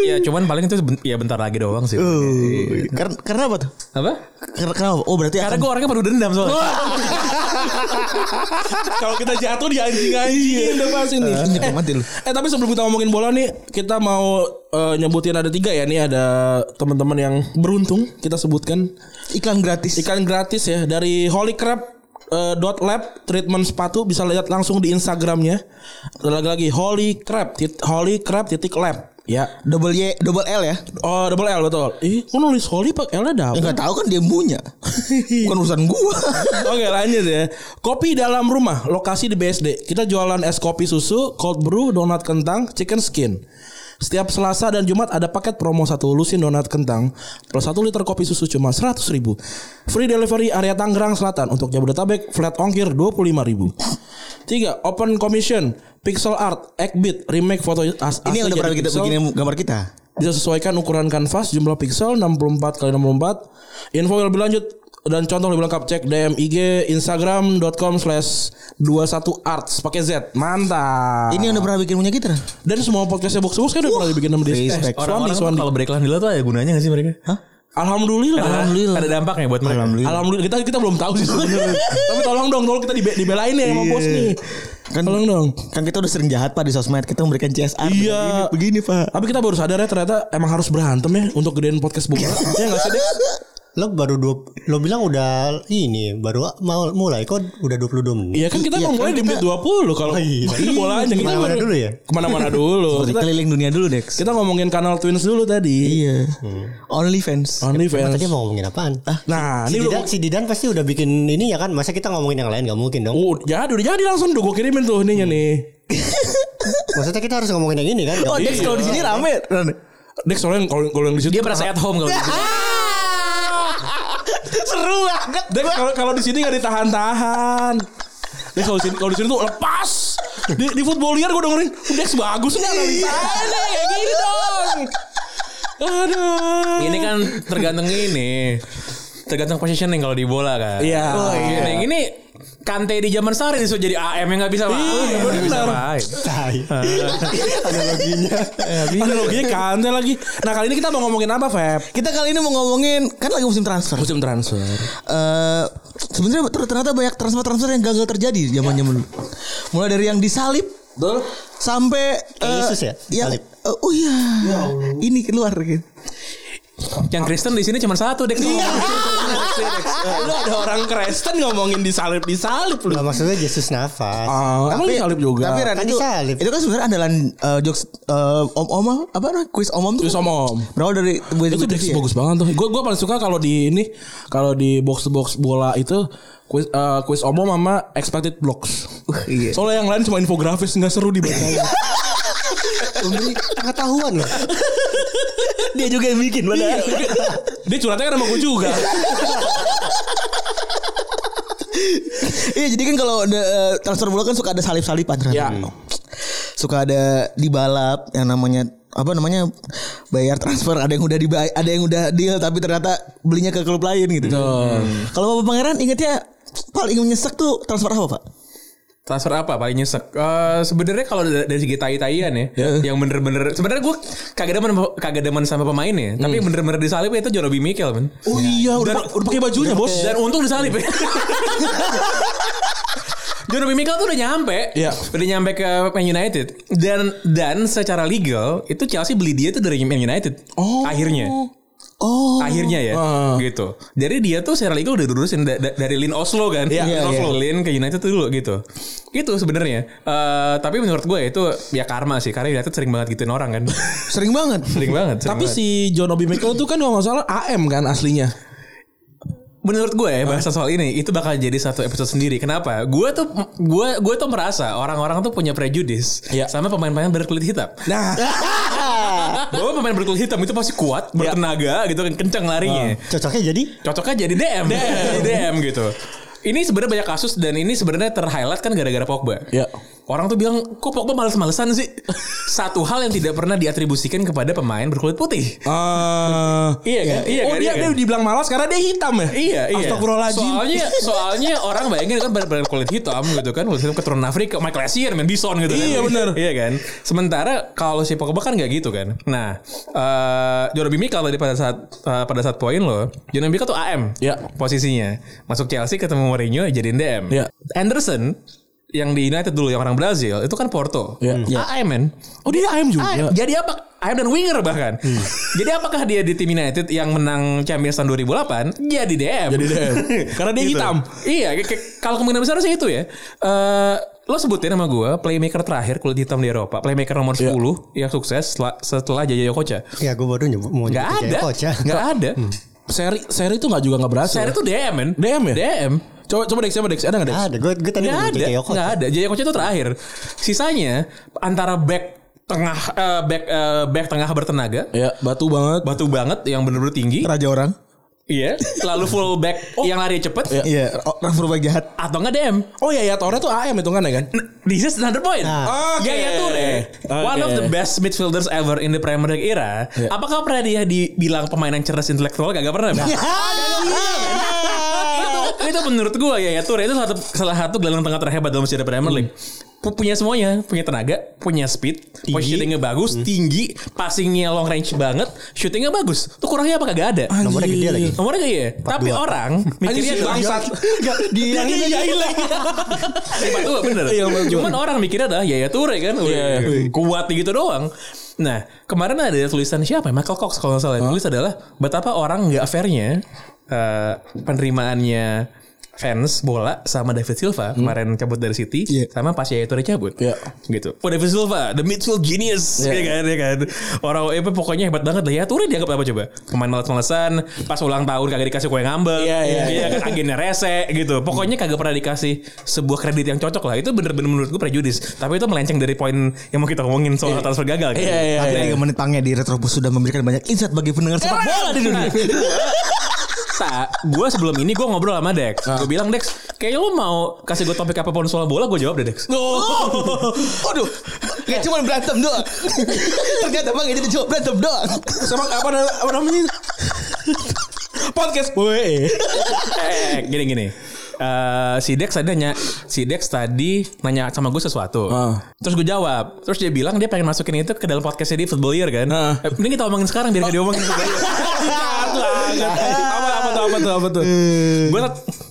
ya, cuman paling itu seben- ya bentar lagi doang sih. Uh. Tuh, karena, karena apa tuh? Apa? Karena, kenapa? Oh berarti Karena akan- gue orangnya perlu dendam soalnya. Kalau kita jatuh di anjing-anjing Iya, udah pasti nih. Ini banget deh lu. Eh tapi sebelum kita ngomongin bola nih Kita mau eh, nyebutin ada tiga ya Nih ada teman-teman yang beruntung Kita sebutkan iklan gratis. Ikan gratis ya Dari Holy Crab eh, dot lab treatment sepatu bisa lihat langsung di Instagramnya lagi-lagi Holy Crab tit- Holy Crab titik lab ya Double Y, double L ya? oh double L betul ih kok nulis Holy pak L nya double Enggak tahu kan dia yang punya. Bukan urusan gua. Oke lanjut ya Kopi dalam rumah Lokasi di BSD Kita jualan es kopi susu Cold brew Donat kentang Chicken skin Setiap Selasa dan Jumat ada paket promo satu lusin donat kentang plus satu liter kopi susu cuma seratus ribu. Free delivery area Tangerang Selatan untuk Jabodetabek flat ongkir dua puluh lima ribu. Tiga open commission pixel art Eggbit remake foto as Ini yang asli udah pernah jadi kita pixel. begini gambar kita. Bisa sesuaikan ukuran kanvas jumlah pixel 64 kali 64. Info yang lebih lanjut dan contoh lebih lengkap cek DM IG instagram.com slash 21 arts pakai Z mantap Ini yang udah pernah bikin punya kita. Ran? dan semua podcastnya box box kan udah pernah dibikin sama dia Eh, respect. Suwandi, Orang-orang tuh Suwandi. kalau break landila tuh ada gunanya gak sih mereka? Hah? alhamdulillah Alhamdulillah. Ada dampaknya buat mereka. alhamdulillah kita kita belum tahu sih sebenarnya tapi tolong dong tolong kita dibe- dibelain ya Iya. sama bos nih Kan tolong dong kan kita udah sering jahat Pak di sosmed, kita memberikan CSR. Begini, Iya. begini, Pak. tapi kita baru sadar ya ternyata emang harus berantem ya untuk gedein podcast bola ya nggak sih Dek? Lo baru dua, lo bilang udah ini baru mau mulai kok udah 22 menit. Iya kan kita mau mulai di menit 20 kalau ini bola aja kita Kemana-mana baru- dulu ya? Kemana-mana dulu. Seperti kita, keliling dunia dulu, Dex. kita ngomongin kanal Twins dulu tadi. Iya. Only fans. Only Emang fans. Oh, Tadi mau ngomongin apaan? Nah, si ini Didan, udah si Didan pasti udah bikin ini ya kan? Masa kita ngomongin yang lain gak mungkin dong? Oh, jadi udah jadi langsung udah gue kirimin tuh ininya nih. Maksudnya kita harus ngomongin yang ini kan? Nggak Oh, Dex mungkin. kalau di sini rame. Ran. Iya. Dek soalnya kalau kalau yang di situ Dia merasa at home kalau gitu. Seru banget. Dek kalau kalau di sini nggak ditahan-tahan. Dek kalau di sini kalau di sini tuh lepas. Di, di footballier gue dengerin Dex bagus nih analisa nih kayak gini dong. Aduh. Ini kan tergantung ini. Tergantung positioning kalau di bola kan. Iya. Oh, iya. Yang ini Kante di zaman Sari disuruh jadi AM yang gak bisa main. Iya, Nggak bisa benar. main. Tai. Analoginya. Iya, Analoginya kante lagi. Nah kali ini kita mau ngomongin apa, Feb? Kita kali ini mau ngomongin kan lagi musim transfer. Musim transfer. eh sebenarnya ter- ternyata banyak transfer-transfer yang gagal terjadi di Iya. zamannya dulu. Mulai dari yang disalib Betul. sampai eh, Yesus ya, yang- disalib. eh, oh iya. Ya ini keluar gitu. Yang Kristen di sini cuma satu deh. Iya. Lu ada orang Kristen ngomongin disalib disalib lu. Nah, maksudnya Yesus nafas. Ah, emang disalib juga. Tapi Ran, Kan itu, disalib. itu Oh, kan sebenarnya andalan eh, jokes eh, om-om apa namanya? Kuis om-om tuh. Terus om-om. Berawal dari Itu Dex ya? bagus banget tuh. Gue gue paling suka kalau di ini kalau di box to box bola itu quiz eh, quiz omong sama expected blocks. iya. Soalnya yang lain cuma infografis nggak seru dibaca. Memberi pengetahuan loh. Dia juga yang bikin padahal. Dia curhatnya kan sama gue juga. Iya jadi kan kalau ada, eh, transfer bola kan suka ada salip-salipan ternyata. Ya. Suka ada dibalap yang namanya apa namanya bayar transfer ada yang udah dibayar ada yang udah deal tapi ternyata belinya ke klub lain gitu. Hmm. Kalau Bapak Pangeran ingetnya paling menyesek tuh transfer apa Pak? Transfer apa paling nyesek? Eh sebenarnya kalau dari, dari segi tai-taian ya, Iya. yang bener-bener sebenarnya gue kagak demen kagak demen sama pemain ya, tapi Hmm. yang bener-bener disalip ya, itu Jono Mikel men. Oh iya, udah, pa- udah pakai bajunya bos. Dan untung disalip ya. Jono Mikel tuh udah nyampe, Iya. udah nyampe ke Man United dan dan secara legal itu Chelsea beli dia tuh dari Man United. Akhirnya. Oh akhirnya ya gitu. Jadi dia tuh secara legal udah diurusin da- da- dari Lin Oslo kan. Iya, Lin iya. Oslo. Lin ke United tuh dulu gitu. Gitu sebenarnya. Eh, tapi menurut gue itu ya karma sih karena United sering banget gituin orang kan. sering banget. sering banget. sering Tapi banget. si John Obi Mikel itu kan kalau nggak salah AM kan aslinya. menurut gue ya bahasa soal ini itu bakal jadi satu episode sendiri. Kenapa? Gue tuh gue gue tuh merasa orang-orang tuh punya prejudis Iya. sama pemain-pemain berkulit hitam. Nah, Bahwa pemain berkulit hitam itu pasti kuat, bertenaga gitu kan, kencang larinya. Ya. Ah. Cocoknya jadi cocoknya jadi DM, jadi DM gitu. Ini sebenarnya banyak kasus dan ini sebenarnya terhighlight kan gara-gara Pogba. Ya. Iya. Orang tuh bilang kok Pogba males-malesan sih. Satu hal yang tidak pernah diatribusikan kepada pemain berkulit putih. eh, Iya kan? Iya oh kan? dia Iya kan? dia dibilang malas karena dia hitam ya. Iya, iya. Astagfirullahaladzim. Soalnya soalnya orang bayangin kan benar kulit hitam gitu kan, kulit hitam keturunan Afrika, Michael Essien, main Bison gitu kan. Iya, bener. iya kan. Sementara kalau si Pogba kan nggak gitu kan. Nah, eh Jordan Bimikal tadi pada saat eh, pada saat poin lo, Jordan Bimikal tuh AM Iya. posisinya. Masuk Chelsea ketemu Mourinho jadiin DM. Iya. Anderson yang di United dulu yang orang Brazil itu kan Porto. Iya. AM men. Oh dia AM juga. AM. Hmm. Jadi apa? AM dan winger bahkan. Jadi apakah dia di tim United yang menang Champions tahun 2008? Jadi DM. Jadi DM. Karena dia Gitu. hitam. Iya, ke- ke- kalau kemungkinan besar sih itu ya. Eh lo sebutin sama gue playmaker terakhir kulit hitam di Eropa, playmaker nomor Ya. 10 yang sukses setelah, setelah Jaya Koca. Ya gue baru nyebut mau Gak nyebut ada. Jaya Koch ya. Gak ada. Hmm. Seri seri itu nggak juga nggak berhasil. Saya itu DM, men. DM ya? DM. Coba coba Dex, coba Dex. Ada nggak Dex? Gak ada. Gue gue tadi Nggak mau nyebut ada, Jaya Koch. nggak ada. Jaya Koca itu terakhir. Sisanya antara back tengah eh, back eh, back tengah bertenaga, Ya batu banget. batu banget yang bener-bener tinggi. Raja orang. Iya. Lalu full back yang lari cepet. Iya, orang berubah jahat. Atau nggak DM. Oh ya ya Torre tuh AM itu kan ya kan? N- This is another point. Ah. Oke. Yaya Toure, one Oke. of the best midfielders ever in the Premier League era. Apakah pernah dia dibilang pemain yang cerdas intelektual? Kagak pernah. Iya. Bang. itu, itu menurut gue Yaya Toure itu satu, salah satu gelandang tengah terhebat dalam sejarah Premier League. Hmm. Pu- Punya semuanya, punya tenaga, punya speed, positioningnya bagus, Hmm. tinggi, passingnya long range banget, shootingnya bagus. Itu kurangnya apa kagak ada? Nomornya gede lagi. Nomornya gak ya? Tapi orang mikirnya Anjing, bangsat. Gak di Iya iya Hebat tuh Oh, bener. Iya, Cuman orang mikirnya adalah Yaya Ture kan. Udah Kuat gitu doang. Nah kemarin ada tulisan siapa ya? Michael Cox kalau nggak salah. Tulis adalah betapa orang nggak fairnya eh, penerimaannya fans bola sama David Silva kemarin cabut dari City Iya. sama pas Yaya Toure cabut Hmm. Iya. gitu. Oh David Silva, the midfield genius, ya kan, ya kan. Orang eh, pokoknya hebat banget lah ya. Ture dianggap apa coba? Pemain malas-malesan, pas ulang tahun kagak dikasih kue ngambek, Iya, iya, Iya kan agennya rese gitu. Pokoknya kagak pernah dikasih sebuah kredit yang cocok lah. Itu bener-bener menurut gue prejudis. Tapi itu melenceng dari poin yang mau kita ngomongin soal transfer gagal. Kan? Iya iya. Ada iya. tiga menit pangnya di Retropus sudah memberikan banyak insight bagi pendengar sepak bola di dunia. Tak, gue sebelum ini gue ngobrol sama Dex. Gue bilang Dex, kayaknya lo mau kasih gue topik apapun soal bola, gue jawab deh Dex. Oh, aduh, Ya. gak cuma berantem doang. Ternyata bang ini tuh cuma berantem doang. Sama apa, na- apa namanya? Podcast. Woi. Eh, gini gini. Eh, si Dex tadi nanya, si Dex tadi nanya sama gue sesuatu. Ah. Terus gue jawab. Terus dia bilang dia pengen masukin itu ke dalam podcastnya di Football Year kan. Ah. Eh, mending kita omongin sekarang biar gak diomongin. Apa apa tuh apa tuh apa tuh? gue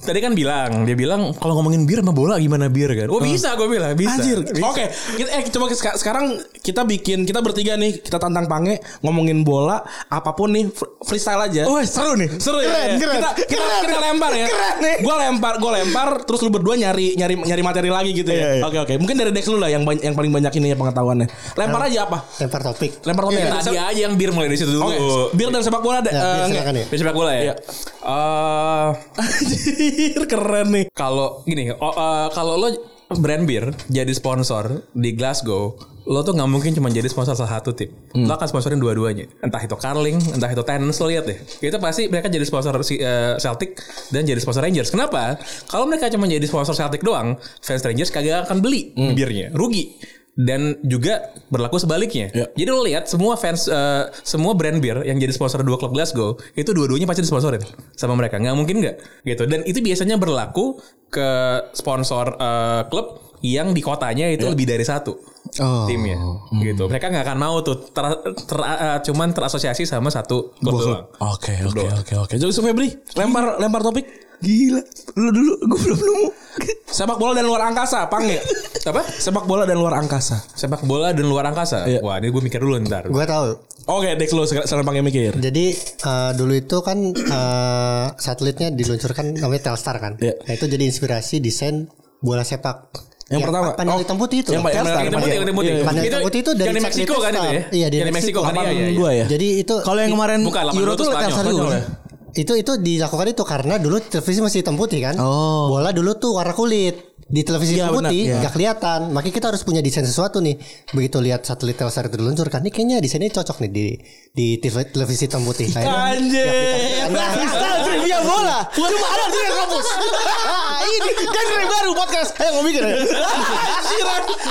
tadi kan bilang, dia bilang kalau ngomongin bir sama bola gimana bir kan? Oh bisa, gue bilang bisa. Ah. Anjir. Bisa. Oke, kita- eh coba seka- sekarang kita bikin kita bertiga nih, kita tantang Pange ngomongin bola apapun nih fr- freestyle aja. Wah seru nih. Seru Oh, ya. Keren, ya? keren. Kita kita, Keren. kita lempar ya. Keren nih. Gua lempar, gua lempar terus lu berdua nyari nyari nyari materi lagi gitu Iya, ya. iya. Oke oke. Mungkin dari Dex lu lah yang ban- yang paling banyak ini ya pengetahuannya. Lempar aja apa? Lempar topik. Lempar topik. Tadi Dan se- aja yang bir mulai dari situ dulu. Iya, Oke, Uh, bir dan sepak bola ada. Ya, eh, biar nge- silakan ya. Bir sepak bola ya. Iya. Eh, Anjir, keren nih. kalau gini, oh, eh, kalau lo brand bir jadi sponsor di Glasgow, lo tuh nggak mungkin cuma jadi sponsor salah satu tim. Lo akan sponsorin dua-duanya. Entah itu Carling, entah itu Tenants lo lihat deh. Itu pasti mereka jadi sponsor si, eh, Celtic dan jadi sponsor Rangers. Kenapa? Kalau mereka cuma jadi sponsor Celtic doang, fans Rangers kagak akan beli birnya. Rugi dan juga berlaku sebaliknya. Ya. Jadi lo lihat semua fans eh, semua brand beer yang jadi sponsor dua klub Glasgow itu dua-duanya pasti disponsorin sama mereka. Nggak mungkin nggak gitu. Dan itu biasanya berlaku ke sponsor eh, klub yang di kotanya Ya. itu lebih dari satu Oh. timnya Hmm. gitu. Mereka nggak akan mau tuh ter- ter- eh, cuman terasosiasi sama satu klub doang. Oke oke oke oke. Jadi Yusuf Febri lempar lempar topik Gila. Lu dulu gue belum nemu. sepak bola dan luar angkasa, panggil. Apa? Sepak bola dan luar angkasa. Sepak bola dan luar angkasa. Iya. Ya. Wah, ini gue mikir dulu ntar. Nah, Gue tahu. Oke, Dex lu sekarang sekarang panggil mikir. Jadi eh, dulu itu kan eh, satelitnya diluncurkan namanya Telstar kan. Iya. Nah, itu jadi inspirasi desain bola sepak. Yang pertama? panel Oh, hitam putih itu. yang pa- yang Telstar. panel Yang putih, Iya. yang putih. Iya, panel Itu- hitam putih itu dari dari satelit Meksiko kan itu Telstar. ya? Iya, dari Dari Meksiko Meksiko. kan iya, iya, iya. Dua ya. Jadi itu Kalau yang kemarin Bukan, 82 Euro tuh Spanyol. Telstar juga. Spanyol kan? ya? itu itu dilakukan itu karena dulu televisi masih hitam putih kan. Oh. Bola dulu tuh warna kulit. Di televisi Iya, hitam benar, putih iya. nggak kelihatan. Makanya kita harus punya desain sesuatu nih. Begitu lihat satelit Telstar itu diluncurkan, ini kayaknya desainnya cocok nih di di TV televisi hitam putih. Akhirnya- iya, Anjir. Kristal trivia bola. Cuma ada di kampus. Ini genre baru podcast. Ayo ya. ngomong mikir. Anjiran.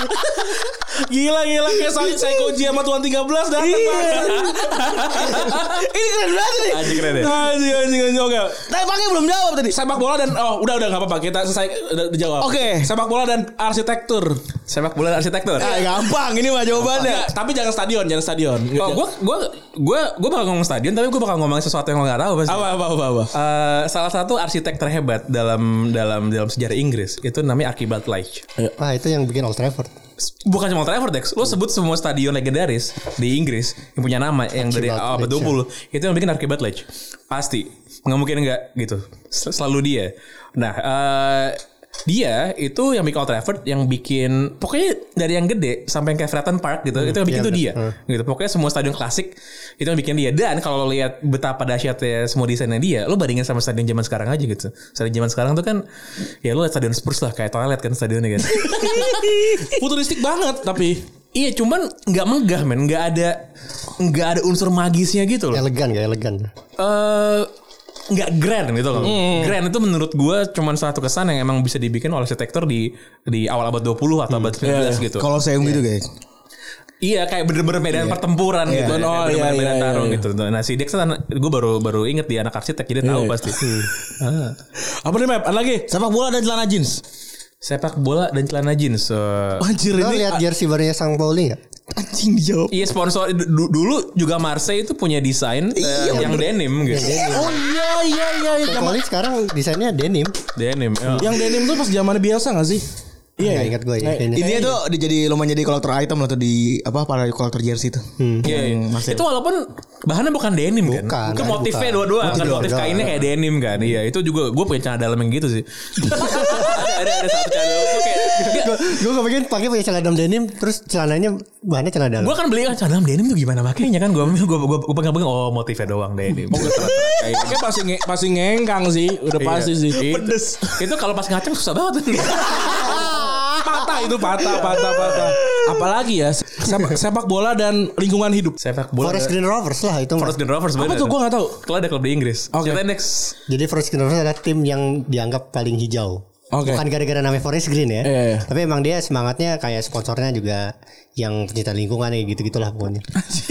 Gila gila kayak saya psychoji sama tuan 13 datang. Ini keren banget nih. Anjing keren Nah, ya. Anjir anjir anjir oke. Tapi pakai belum jawab tadi. Sepak bola dan oh udah udah nggak apa-apa kita selesai udah dijawab. Oke. Sepak bola dan arsitektur. Sepak bola dan arsitektur. Ah, gampang ini mah jawabannya. Nggak, tapi jangan stadion, jangan stadion. Oh, gue gue gue gue bakal ngomong stadion tapi gue bakal ngomong sesuatu yang lo gak tahu pasti. apa apa apa apa. Eh, salah satu arsitek terhebat dalam dalam dalam sejarah Inggris itu namanya Archibald Leitch. Wah, itu yang bikin Old Trafford. Bukan cuma Old Trafford Dex, Hmm. lo sebut semua stadion legendaris di Inggris yang punya nama yang dari Archibald abad Leitch, 20 ya. itu yang bikin Archibald Leitch. Pasti nggak mungkin nggak gitu. Sel- Selalu dia. Nah eh, dia itu yang bikin Old Trafford, yang bikin pokoknya dari yang gede sampai yang kayak Fratton Park gitu, itu yang bikin iya itu dia bener. Hmm. gitu. Pokoknya semua stadion klasik itu yang bikin dia. Dan kalau lo lihat betapa dahsyatnya semua desainnya dia, lo bandingin sama stadion zaman sekarang aja gitu. Stadion zaman sekarang tuh kan ya lo lihat stadion Spurs lah kayak toilet kan stadionnya kan. Futuristik banget tapi iya cuman nggak megah men, nggak ada nggak ada unsur magisnya gitu loh. Elegan gak elegan. Eh, nggak grand gitu loh. Hmm. Grand itu menurut gua cuman satu kesan yang emang bisa dibikin oleh arsitektur di di awal abad 20 atau Hmm. abad 19 Iya. gitu. Kalau saya gitu guys. Iya kayak bener-bener medan pertempuran gitu Iya. Kayak Oh, bener-bener iya, iya, medan iya, tarung iya. gitu Nah si Dex kan Gue baru baru inget dia anak arsitek Jadi tahu Iya. pasti apa nih map? Ada lagi? Sepak bola dan celana jeans. Sepak bola dan celana jeans Eh, Oh, Anjir Lo lihat jersey barunya Sang Pauli gak? Anjing dijawab. Iya sponsor du- du- Dulu juga Marseille itu punya desain eh, Iya, Yang denim gitu Oh iya iya iya. iya. Sang Pauli sekarang desainnya denim. Denim eh. Yang denim tuh pas zamannya biasa gak sih? Iya, ingat gue ya. Ini. Ini tuh dia jadi lumayan jadi kolektor item atau di apa para kolektor jersey itu. Iya, iya. Itu walaupun bahannya bukan denim kan. Bukan, Itu bukan. motifnya dua-dua kan Motif motif dua-dua. kainnya kayak denim kan. Iya, itu juga gue punya celana dalam yang gitu sih. ada ada ada satu celana dalam tuh kayak Gue kepengen pakai punya celana dalam denim, terus celananya bahannya celana dalam. Gue kan beli kan celana dalam denim tuh gimana makainya kan gue ambil gue gue gue pegang pegang oh motifnya doang denim. Oh, Kayaknya pasti nge pasti ngengkang sih, udah Iya. pasti sih. Iya. Pedes. Itu kalau pas ngaceng susah banget. patah itu patah patah patah. Apalagi ya sepak, sepak bola dan lingkungan hidup. Sepak bola. Forest Green Rovers lah itu. Forest Mas. Green Rovers Apa tuh gue gak tahu. Kalau ada klub di Inggris. Oke. Ceritain, next. Jadi Forest Green Rovers ada tim yang dianggap paling hijau. Oke. Bukan gara-gara namanya Forest Green ya. Iya, iya. Tapi emang dia semangatnya kayak sponsornya juga yang pencinta lingkungan ya gitu-gitulah pokoknya.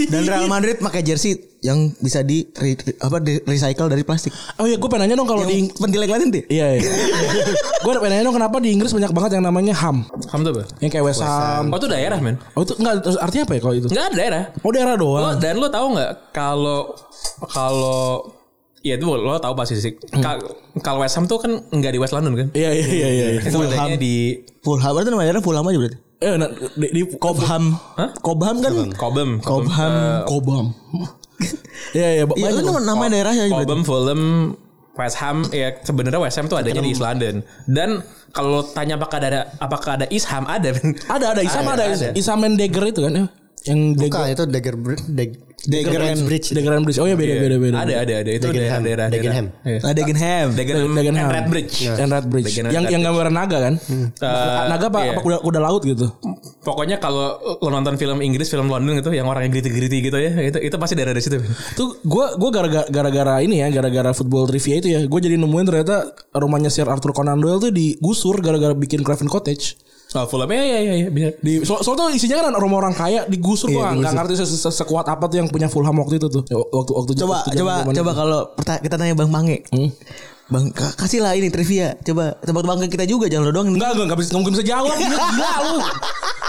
Dan Iya. Real Madrid pakai jersey yang bisa di re- re- apa di recycle dari plastik. Oh iya gue pengen nanya dong kalau di Yang pentilek lain deh. Iya iya. gue pengen nanya dong kenapa di Inggris banyak banget yang namanya ham. Kamu tuh apa? Yang kayak West Ham. Oh itu daerah men. Oh itu enggak artinya apa ya kalau itu? Enggak ada daerah. Oh daerah Lo, doang. dan lo tahu nggak kalau kalau ya itu lo tahu pasti sih. Hmm. Ka- Kalau West Ham tuh kan nggak di West London kan? Iya iya iya iya. iya. Itu adanya di Fulham berarti namanya daerah Fulham aja berarti. Eh nah, di, di Cobham. Hah? Cobham kan? Cobham. Cobham. Eh, Kobam. Hmm, Iya Iya iya. itu banyak nama dong. namanya daerahnya aja berarti. Cobham, Fulham, West Ham ya sebenarnya West Ham tuh adanya di East London. Dan kalau lo tanya apakah ada apakah ada East Ham ada men. Ada ada Isam ada, Ada, ada. Isam and Dagger itu kan ya. Yang Dagger Bukan itu Dagger Br- Dag- Dagenham. Bridge. The Grand Bridge. Oh ya beda Iya. beda beda. Ada ada ada itu daerah Dagenham. daerah Dagenham. Iya. Ada Dagenham. Dagenham Dagenham. and Red Bridge. And Red Bridge. Dagenham yang Red yang gambar naga kan? Eh, naga apa, iya. apa kuda, kuda laut gitu. Pokoknya kalau lo nonton film Inggris, film London gitu, yang orang yang geriti-geriti gitu ya, itu itu pasti daerah dari situ. Tuh gua gua gara-gara gara-gara ini ya, gara-gara football trivia itu ya. Gua jadi nemuin ternyata rumahnya Sir Arthur Conan Doyle tuh digusur gara-gara bikin Craven Cottage. Oh, Fulham ya ya ya, ya bisa. Di so, soalnya isinya kan rumah orang kaya digusur gua nggak ngerti se- se- sekuat apa tuh yang punya Fulham waktu itu tuh. Ya, Waktu waktu Coba waktu coba zaman-zaman coba itu. kalau perta- kita tanya Bang Mange. Hmm? Bang ka- kasihlah ini trivia. Coba tempat bangga kita juga jangan lo doang. Enggak, enggak, enggak bisa, enggak bisa jawab. Gila, gila lu.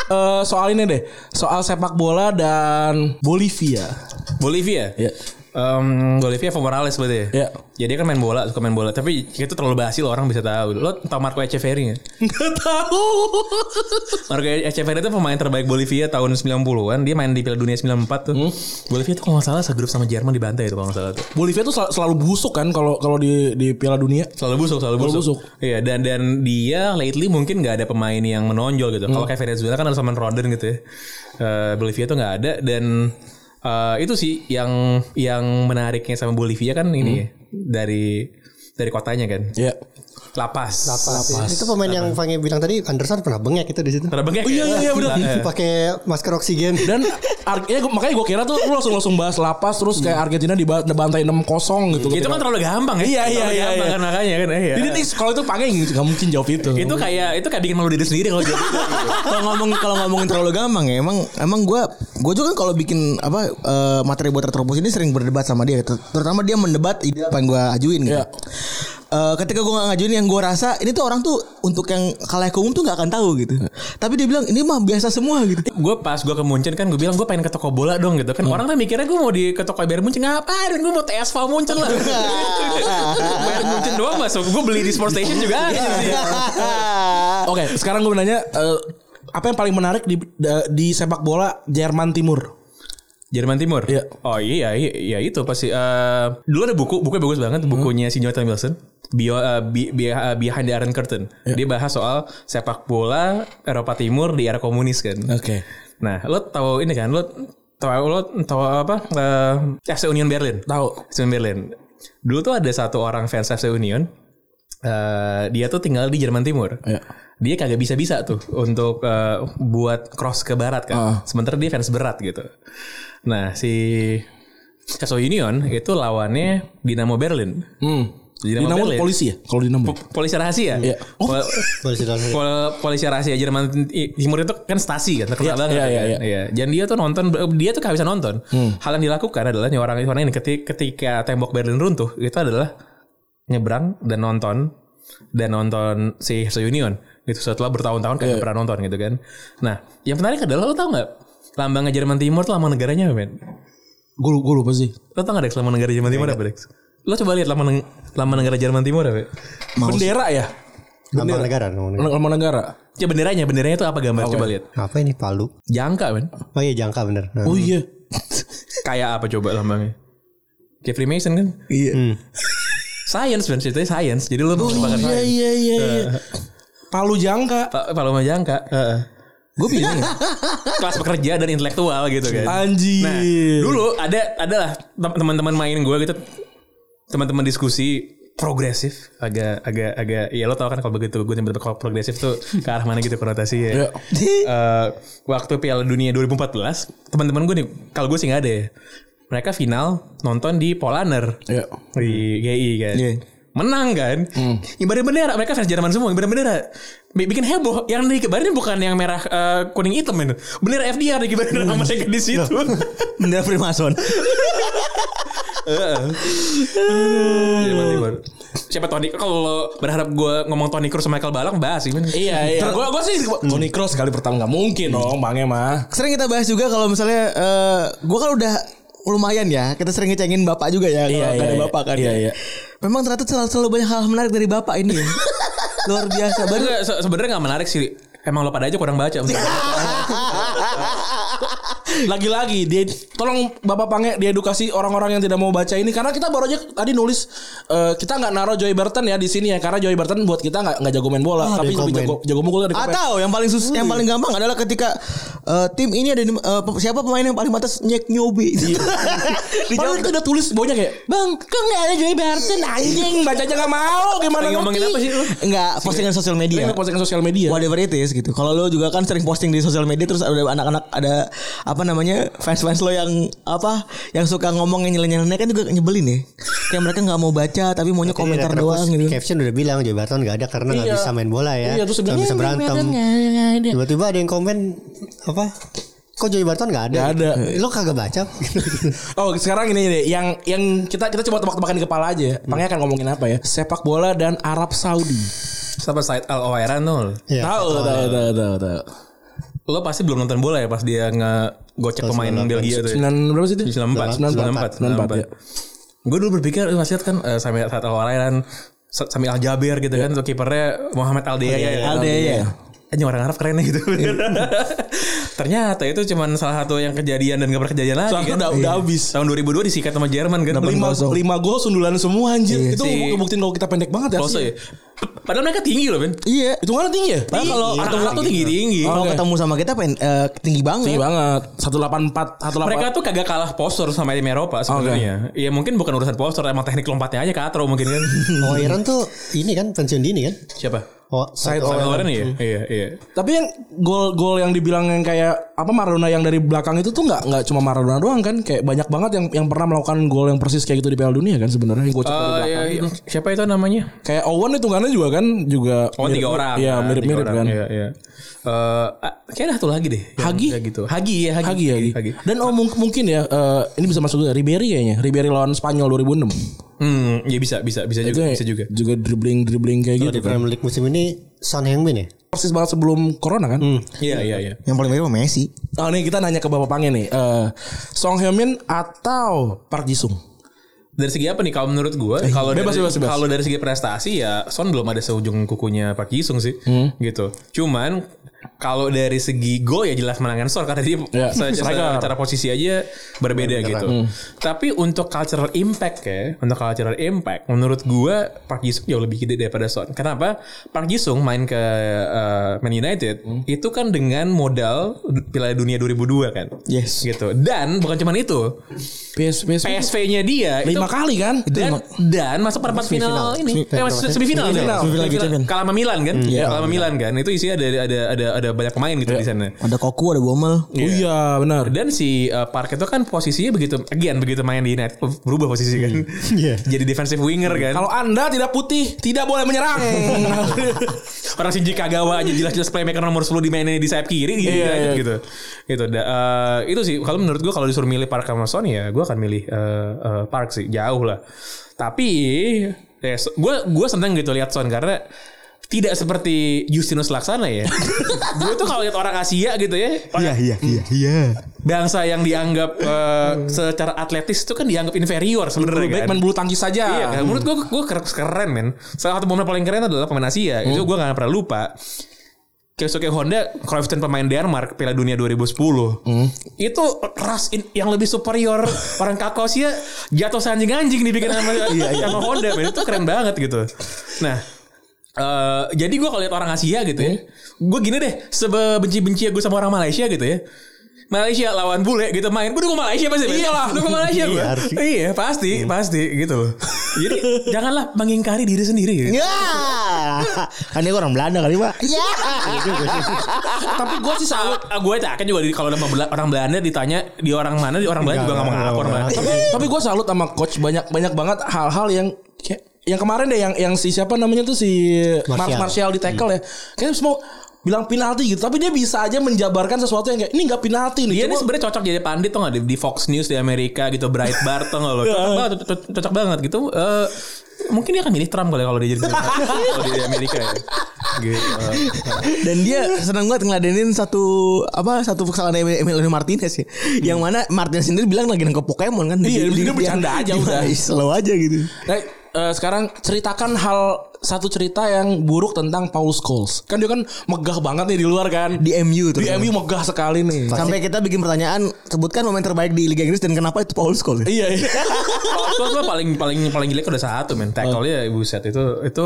Eh, soal ini deh. Soal sepak bola dan Bolivia. Bolivia. ya? Iya. Em, Bolivia Evo Morales berarti ya? Iya. Ya dia kan main bola, suka main bola. Tapi itu terlalu basi loh orang bisa tahu. Lo tau Marco Echeverri nggak? Enggak tahu. Marco Echeverri itu pemain terbaik Bolivia tahun 90-an. Dia main di Piala Dunia 94 tuh. Bolivia tuh kalau nggak salah segrup sama Jerman dibantai itu kalau nggak salah tuh. Bolivia tuh sel- selalu busuk kan kalau kalau di di Piala Dunia. Selalu busuk, selalu Selalu busuk. busuk. Iya, dan dan dia lately mungkin nggak ada pemain yang menonjol gitu. Hmm. Kalau kayak Venezuela kan ada Salman Roden gitu ya. Eh, Bolivia tuh nggak ada dan eh, itu sih yang yang menariknya sama Bolivia kan ini Hmm. ya, dari dari kotanya kan. Iya. Lapas. Itu pemain yang Fange bilang tadi Anderson pernah bengek itu di situ. Pada bengkak. Oh, iya, iya, iya, bener. Pakai masker oksigen. Dan ar- ya, gua- makanya gue kira tuh lu langsung langsung bahas lapas terus kayak Argentina dibantai 6-0 Hmm. gitu. Itu kan terlalu gampang ya. Iya, iya, Terlalu iya, gampang iya. kan makanya kan. Eh, Iya. Jadi nih kalau itu pakai nggak mungkin jawab itu. Itu kayak itu kayak bikin malu diri sendiri kalau jadi. kalau ngomong kalau ngomongin terlalu gampang ya emang emang gue gue juga kan kalau bikin apa eh, materi buat retropus ini sering berdebat sama dia Ter- terutama dia mendebat ide apa yang gue ajuin gitu. Iya. Eh, ketika gue gak ngajuin yang gue rasa ini tuh orang tuh untuk yang khalayak umum tuh nggak akan tahu gitu. Iya. Tapi dia bilang ini mah biasa semua gitu. gue pas gue ke Munchen kan gue bilang gue pengen ke toko bola dong gitu kan orang kan mikirnya gue mau di ke toko Bayern Munchen ngapain gue mau TSV Munchen lah Bayern Munchen doang masuk gue beli di Sport Station juga ada sih. Oke, sekarang gue nanya eh, apa yang paling menarik di di sepak bola Jerman Timur? Jerman Timur Iya. oh iya iya, iya, itu pasti Eh, dulu ada buku bukunya bagus banget bukunya si Jonathan Wilson Bio, eh, Bi- Bi- eh, Behind the Iron Curtain dia bahas soal sepak bola Eropa Timur di era komunis kan Oke. nah lo tahu ini kan lo tahu lo tahu apa Eh, FC Union Berlin Tahu. FC Berlin. Dulu tuh ada satu orang fans FC Union. eh, dia tuh tinggal di Jerman Timur. Iya. Dia kagak bisa-bisa tuh untuk eh, buat cross ke barat kan. Ah. Sementara dia fans berat gitu. Nah, si FC Union itu lawannya Dinamo Berlin. Hmm. Dinamo Dinamo Berlin. polisi ya? Kalau Dinamo. Po- Polisi rahasia. Iya. Pol- Polisi rahasia. pol- polisi rahasia Jerman i- Timur itu kan stasi kan terkenal Iya, banget. iya, iya, Hmm. kan? iya. Dan dia tuh nonton dia tuh kehabisan nonton. Hal yang dilakukan adalah orang orang ini keti- ketika tembok Berlin runtuh itu adalah nyebrang dan nonton dan nonton si FC Union gitu setelah bertahun-tahun Iya. kayak nggak pernah nonton gitu kan. Nah, yang menarik adalah lo tau nggak lambangnya Jerman Timur tuh lambang negaranya apa, men? Gue gue lupa sih. Lo tau nggak Dex lambang negara Jerman Timur apa Dex? Lo coba lihat lambang neg- lambang negara Jerman Timur apa? Bendera ya? Lambang negara. lambang negara. Lama negara. Ya benderanya, benderanya itu apa gambar? Coba lihat. Apa ini Palu? Jangka men. Oh iya jangka bener. Nah. Oh iya. Kayak apa coba lambangnya? Kayak Freemason kan? Iya. Science men, ceritanya science. Jadi lu merupakan Iya science. iya iya. iya. Palu jangka. Pa- Paloma jangka. Gue bingung. ya. Kelas pekerja dan intelektual gitu kan. Anjir. Nah, dulu ada adalah tem- teman-teman main gue gitu teman-teman diskusi progresif agak agak agak ya lo tau kan kalau begitu gue nyebut kalau progresif tuh ke arah mana gitu konotasinya Ya. Iya. Eh, waktu Piala Dunia 2014 teman-teman gue nih kalau gue sih nggak ada ya mereka final nonton di Polaner Iya. Hmm. di GI kan. Iya. Menang kan? Ngibarin bendera mereka fans Jerman semua ngibarin bendera. Bi- Bikin heboh. Yang dikibarin bukan yang merah eh, kuning hitam itu. Bendera FDR dikibarin Hmm. sama mereka di situ. Nah, Bendera Freemason. Iya. Jerman Timur. Siapa Tony? Kalau berharap gue ngomong Tony Cruz sama Michael Balang bahas sih. Iya iya. Gue gue sih Hmm. Toni Kroos kali pertama nggak mungkin dong bangnya mah. Sering kita bahas juga kalau misalnya eh gue kan udah lumayan ya kita sering ngecengin bapak juga ya kalau Iya, nggak ada iya, bapak kan iya, ya. iya. memang ternyata selalu, selalu banyak hal menarik dari bapak ini ya. luar biasa baru Iya. Sebenarnya nggak menarik sih. Emang lo pada aja kurang baca. Lagi-lagi dia tolong Bapak Pange diedukasi orang-orang yang tidak mau baca ini karena kita baru aja tadi nulis eh, kita nggak naruh Joy Burton ya di sini ya karena Joy Burton buat kita nggak nggak jago main bola tapi komen. jago jago mukul kan di komen. Atau yang paling sus yang paling gampang adalah ketika eh, tim ini ada di, eh, pe- siapa pemain yang paling pantas nyek nyobe. Iya. Padahal Dijawab kita udah tulis bawahnya kayak Bang kok nggak ada Joy Burton anjing Baca aja nggak mau Gimana Lagi ngomongin ngerti? apa sih lu? enggak postingan sosial Ini media. Iya. postingan sosial media Whatever it is gitu. Kalau lo juga kan sering posting di sosial media terus ada anak-anak ada apa namanya fans-fans lo yang apa yang suka ngomong yang nyeleneh-nyeleneh kan juga nyebelin ya. Kayak mereka nggak mau baca tapi maunya komentar Terus doang di gitu. Caption udah bilang Joy Barton gak ada karena nggak Iya. bisa main bola ya. Iya, terus Nggak bilang, bisa "Iya, Joy berantem. Barton nggak ada, nggak ada." Tiba-tiba ada yang komen apa? Kok Joy Barton gak ada? Nggak ada. Lo kagak baca? Oh sekarang ini nih yang yang kita kita coba tebak-tebakan di kepala aja. Makanya akan ngomongin apa ya? Sepak bola dan Arab Saudi. Siapa Said Al Oera nol. Iya. tahu, tahu, tahu, tahu, tahu. Lo pasti belum nonton bola ya pas dia ngegocek pemain Belgia tuh. ya? Sembilan berapa sih itu? 94 94 94, ya. 94. Gue dulu berpikir eh, masih lihat kan eh, Sami saat awalnya kan Sa- Sami Al Jaber gitu Ya. kan tuh kipernya Muhammad Al Oh, iya, Dea ya. Al Dea, ya. Anjing orang Arab keren gitu. Ternyata itu cuman salah satu yang kejadian dan gak pernah kejadian lagi. kan? Iya. Soalnya udah udah habis. Tahun 2002 disikat sama Jerman kan. Lima, lima gol sundulan semua anjir. Itu Si- ngebuktiin kalau kita pendek banget ya. Close sih. Iya ya. Padahal mereka tinggi loh Ben. Iya. Itu kan tinggi Ah, ya? Padahal kalau Orang Arab tuh tinggi-tinggi. kalau Oke. ketemu sama kita pengen eh, tinggi banget. Tinggi banget. 184 Mereka 184. tuh kagak kalah postur sama tim Eropa sebenarnya. Ya mungkin bukan urusan postur, emang teknik lompatnya aja katro mungkin kan. Oh Iran tuh ini kan pensiun dini kan? Siapa? Oh, Said Samuel Warren Owen. ya? Iya, iya. Tapi yang gol-gol yang dibilang yang kayak apa Maradona yang dari belakang itu tuh nggak nggak cuma Maradona doang kan? Kayak banyak banget yang yang pernah melakukan gol yang persis kayak gitu di Piala Dunia kan sebenarnya yang gocek dari Eh, belakang. ya, ya. siapa itu namanya? Kayak Owen itu kan juga kan juga Oh mirip- tiga orang. Iya, Nah, mirip-mirip tiga orang. kan. Iya, iya. Eh, ah, kayaknya ada satu lagi deh. yang Hagi? kayak gitu. Hagi ya, Hagi. Hagi, Hagi. Hagi. Dan oh mung- mungkin ya eh, ini bisa masuk juga Ribery kayaknya. Ribery lawan Spanyol 2006. Hmm, ya bisa, bisa, bisa Itu juga, ya, bisa juga. Juga dribbling-dribbling kayak Kalau gitu. di Premier League musim ini Son Heung-min ya? Persis banget sebelum corona kan. Iya, iya, iya. Yang paling mirip sama Messi. Oh nih kita nanya ke Bapak Pange nih. Eh, Song Hye Min atau Park Ji Sung? Dari segi apa nih? Kalau menurut gue, kalau Eh, bebas, dari, bebas, bebas. kalau dari segi prestasi ya Son belum ada seujung kukunya Pak Jisung sih, Hmm. gitu. Cuman kalau dari segi gol ya jelas menangan Son karena dia Iya. se- se- Striker. Hmm. secara posisi aja berbeda gitu. Tapi untuk cultural impact ya, untuk cultural impact, menurut gue Park Jisung jauh lebih gede daripada Son. Kenapa? Park Jisung main ke eh, Man United Hmm. itu kan dengan modal Piala Dunia 2002 kan, Yes. gitu. Dan bukan cuman itu, PS, PS, PSV-nya dia itu lima kali kan? dan dan masuk perempat final, ini eh, masuk semifinal Semifinal. sorry. Semifinal Liga Champions. kalah sama Milan kan ya, kalah sama Milan kan itu isinya ada ada ada ada banyak pemain gitu di sana Ada Koku, ada Bommel. Oh iya benar. dan si uh, Park itu kan posisinya begitu again begitu main di net berubah posisi kan jadi defensive winger kan Kalau Anda tidak putih, tidak boleh menyerang. orang Shinji Kagawa aja jelas-jelas playmaker nomor 10 dimainin di sayap kiri gitu Iya, aja iya. gitu. Gitu. Da- eh, itu sih kalau menurut gue kalau disuruh milih Park sama Son ya gue akan milih eh, eh, Park sih jauh lah. Tapi ya gue gue seneng gitu lihat Son karena tidak seperti Justinus Laksana ya. gue tuh kalau lihat orang Asia gitu ya, Iya, iya, iya, iya. bangsa yang dianggap eh, Hmm. secara atletis itu kan dianggap inferior sebenarnya Lebih baik kan. main bulu tangkis saja. Iya kan? Menurut gue gue keren men. Salah satu momen paling keren adalah pemain Asia. Hmm. Itu gue gak pernah lupa. Keisuke Honda, Cruyffton pemain Denmark Piala Dunia 2010. Itu ras in- yang lebih superior orang Kakosia jatuh anjing-anjing dibikin sama, sama Honda, men. Itu keren banget gitu. Nah, eh, jadi gue kalau lihat orang Asia gitu ya, gue gini deh, sebenci-benci gue sama orang Malaysia gitu ya. Malaysia lawan bule gitu main, gue dukung Malaysia pasti. Iya lah, dukung Malaysia gue. Iya pasti, pasti gitu loh. Jadi janganlah mengingkari diri sendiri. Gitu. Iya. Ya. Kan dia orang Belanda kali, Pak. Ya. Tapi gue sih salut. Gue yakin juga di- kalau nama Bela- orang Belanda ditanya di orang mana, di orang Belanda juga nggak mengaku orang Belanda. tapi tapi gue salut sama coach banyak banyak banget hal-hal yang kayak- yang kemarin deh yang yang si siapa namanya tuh si Martial, Martial. Martial di Hmm. tackle ya kayaknya semua bilang penalti gitu tapi dia bisa aja menjabarkan sesuatu yang kayak ini nggak penalti nih Iya, Dia Iya, ini Cuma- sebenarnya cocok jadi pandit tuh nggak di, di Fox News di Amerika gitu Breitbart tuh nggak loh cocok banget co- cocok banget gitu Eh, mungkin dia akan milih Trump kali ya kalau dia jadi kalau dia di Amerika ya gitu. Dan dia senang banget ngeladenin satu apa satu kesalahan Emil- Emilio Martinez ya. Yang mana Martinez sendiri bilang lagi nangkep Pokemon kan. Iya, Jadi dia bercanda aja udah. Slow aja gitu. Nah, eh, sekarang ceritakan hal satu cerita yang buruk tentang Paul Scholes. Kan dia kan megah banget nih di luar kan. Di MU tuh. Di MU megah sekali nih. Sampai kita bikin pertanyaan sebutkan momen terbaik di Liga Inggris dan kenapa itu Paul Scholes. ya? Iya, iya. Kalau gua paling paling paling jelek udah satu men. Tackle-nya ya, buset itu itu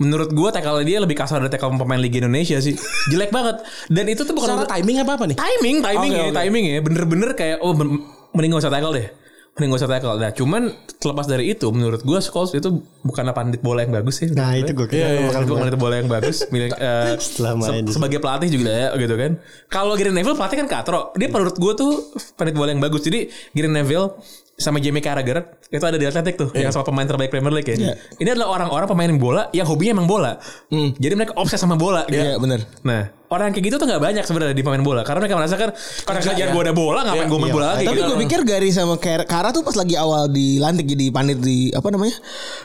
menurut gua tackle dia lebih kasar dari tackle pemain Liga Indonesia sih. Jelek banget. Dan itu tuh bukan Secara timing apa apa nih? timing, timing Oke, ya, oke. timing ya. Bener-bener kayak oh ben- mending gak usah tackle deh. Mending gak usah tackle. Nah, cuman terlepas dari itu menurut gua Scholes itu bukanlah pandit bola yang bagus sih. Nah itu gue kira Iya, bakal itu buat. ngeliat bola yang bagus milik eh, Setelah se- main di- sebagai pelatih juga ya gitu kan. Kalau Gary Neville pelatih kan katro. Dia menurut gue tuh penit bola yang bagus. Jadi Gary Neville sama Jamie Carragher itu ada di Atletik tuh yang sama pemain terbaik Premier League ya. Ini adalah orang-orang pemain bola yang hobinya emang bola. Jadi mereka obses sama bola gitu. Iya, bener. Nah, orang yang kayak gitu tuh nggak banyak sebenarnya di pemain bola karena mereka kan, merasakan karena kerjaan gue ada bola ngapain gue main bola lagi. Tapi gitu. gue pikir Gary sama Kar- Kara tuh pas lagi awal dilantik jadi panit di apa namanya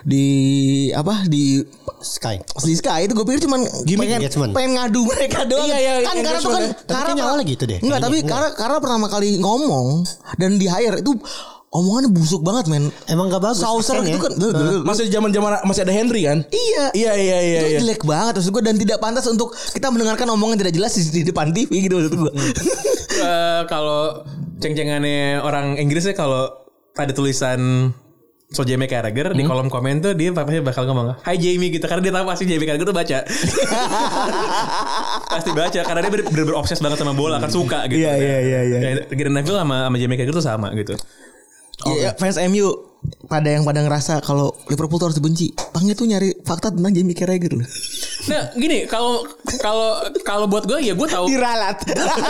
di apa di Sky. di Sky itu gue pikir ya, cuman pengen, engagement. pengen ngadu mereka doang. Iya, iya, kan Kara tuh kan engagement ya. Tapi kayaknya pernah- awalnya gitu deh, Enggak, kayaknya. tapi Enggak. Kara Kara pertama kali ngomong dan di hire itu omongannya busuk banget men. Emang gak bagus. Sauser Akhirnya. itu kan duh, duh, duh. Masih zaman zaman masih ada Henry kan? Iya. Iya iya iya. Itu iya. jelek banget maksud gue dan tidak pantas untuk kita mendengarkan omongan tidak jelas di, di depan TV gitu maksud gue. Eh, kalau ceng-cengannya orang Inggrisnya kalau ada tulisan So Jamie Carragher Hmm? di kolom komen tuh dia pasti bakal ngomong Hai Jamie gitu karena dia tahu pasti Jamie Carragher tuh baca pasti baca karena dia bener bener obses banget sama bola kan suka gitu Iya, iya, iya, iya. Ya, Gary Neville sama sama Jamie Carragher tuh sama gitu Iya, fans MU pada yang pada ngerasa kalau Liverpool tuh harus dibenci. Pangnya tuh nyari fakta tentang Jamie Carragher loh. nah gini kalau kalau kalau buat gue ya gue tahu Diralat.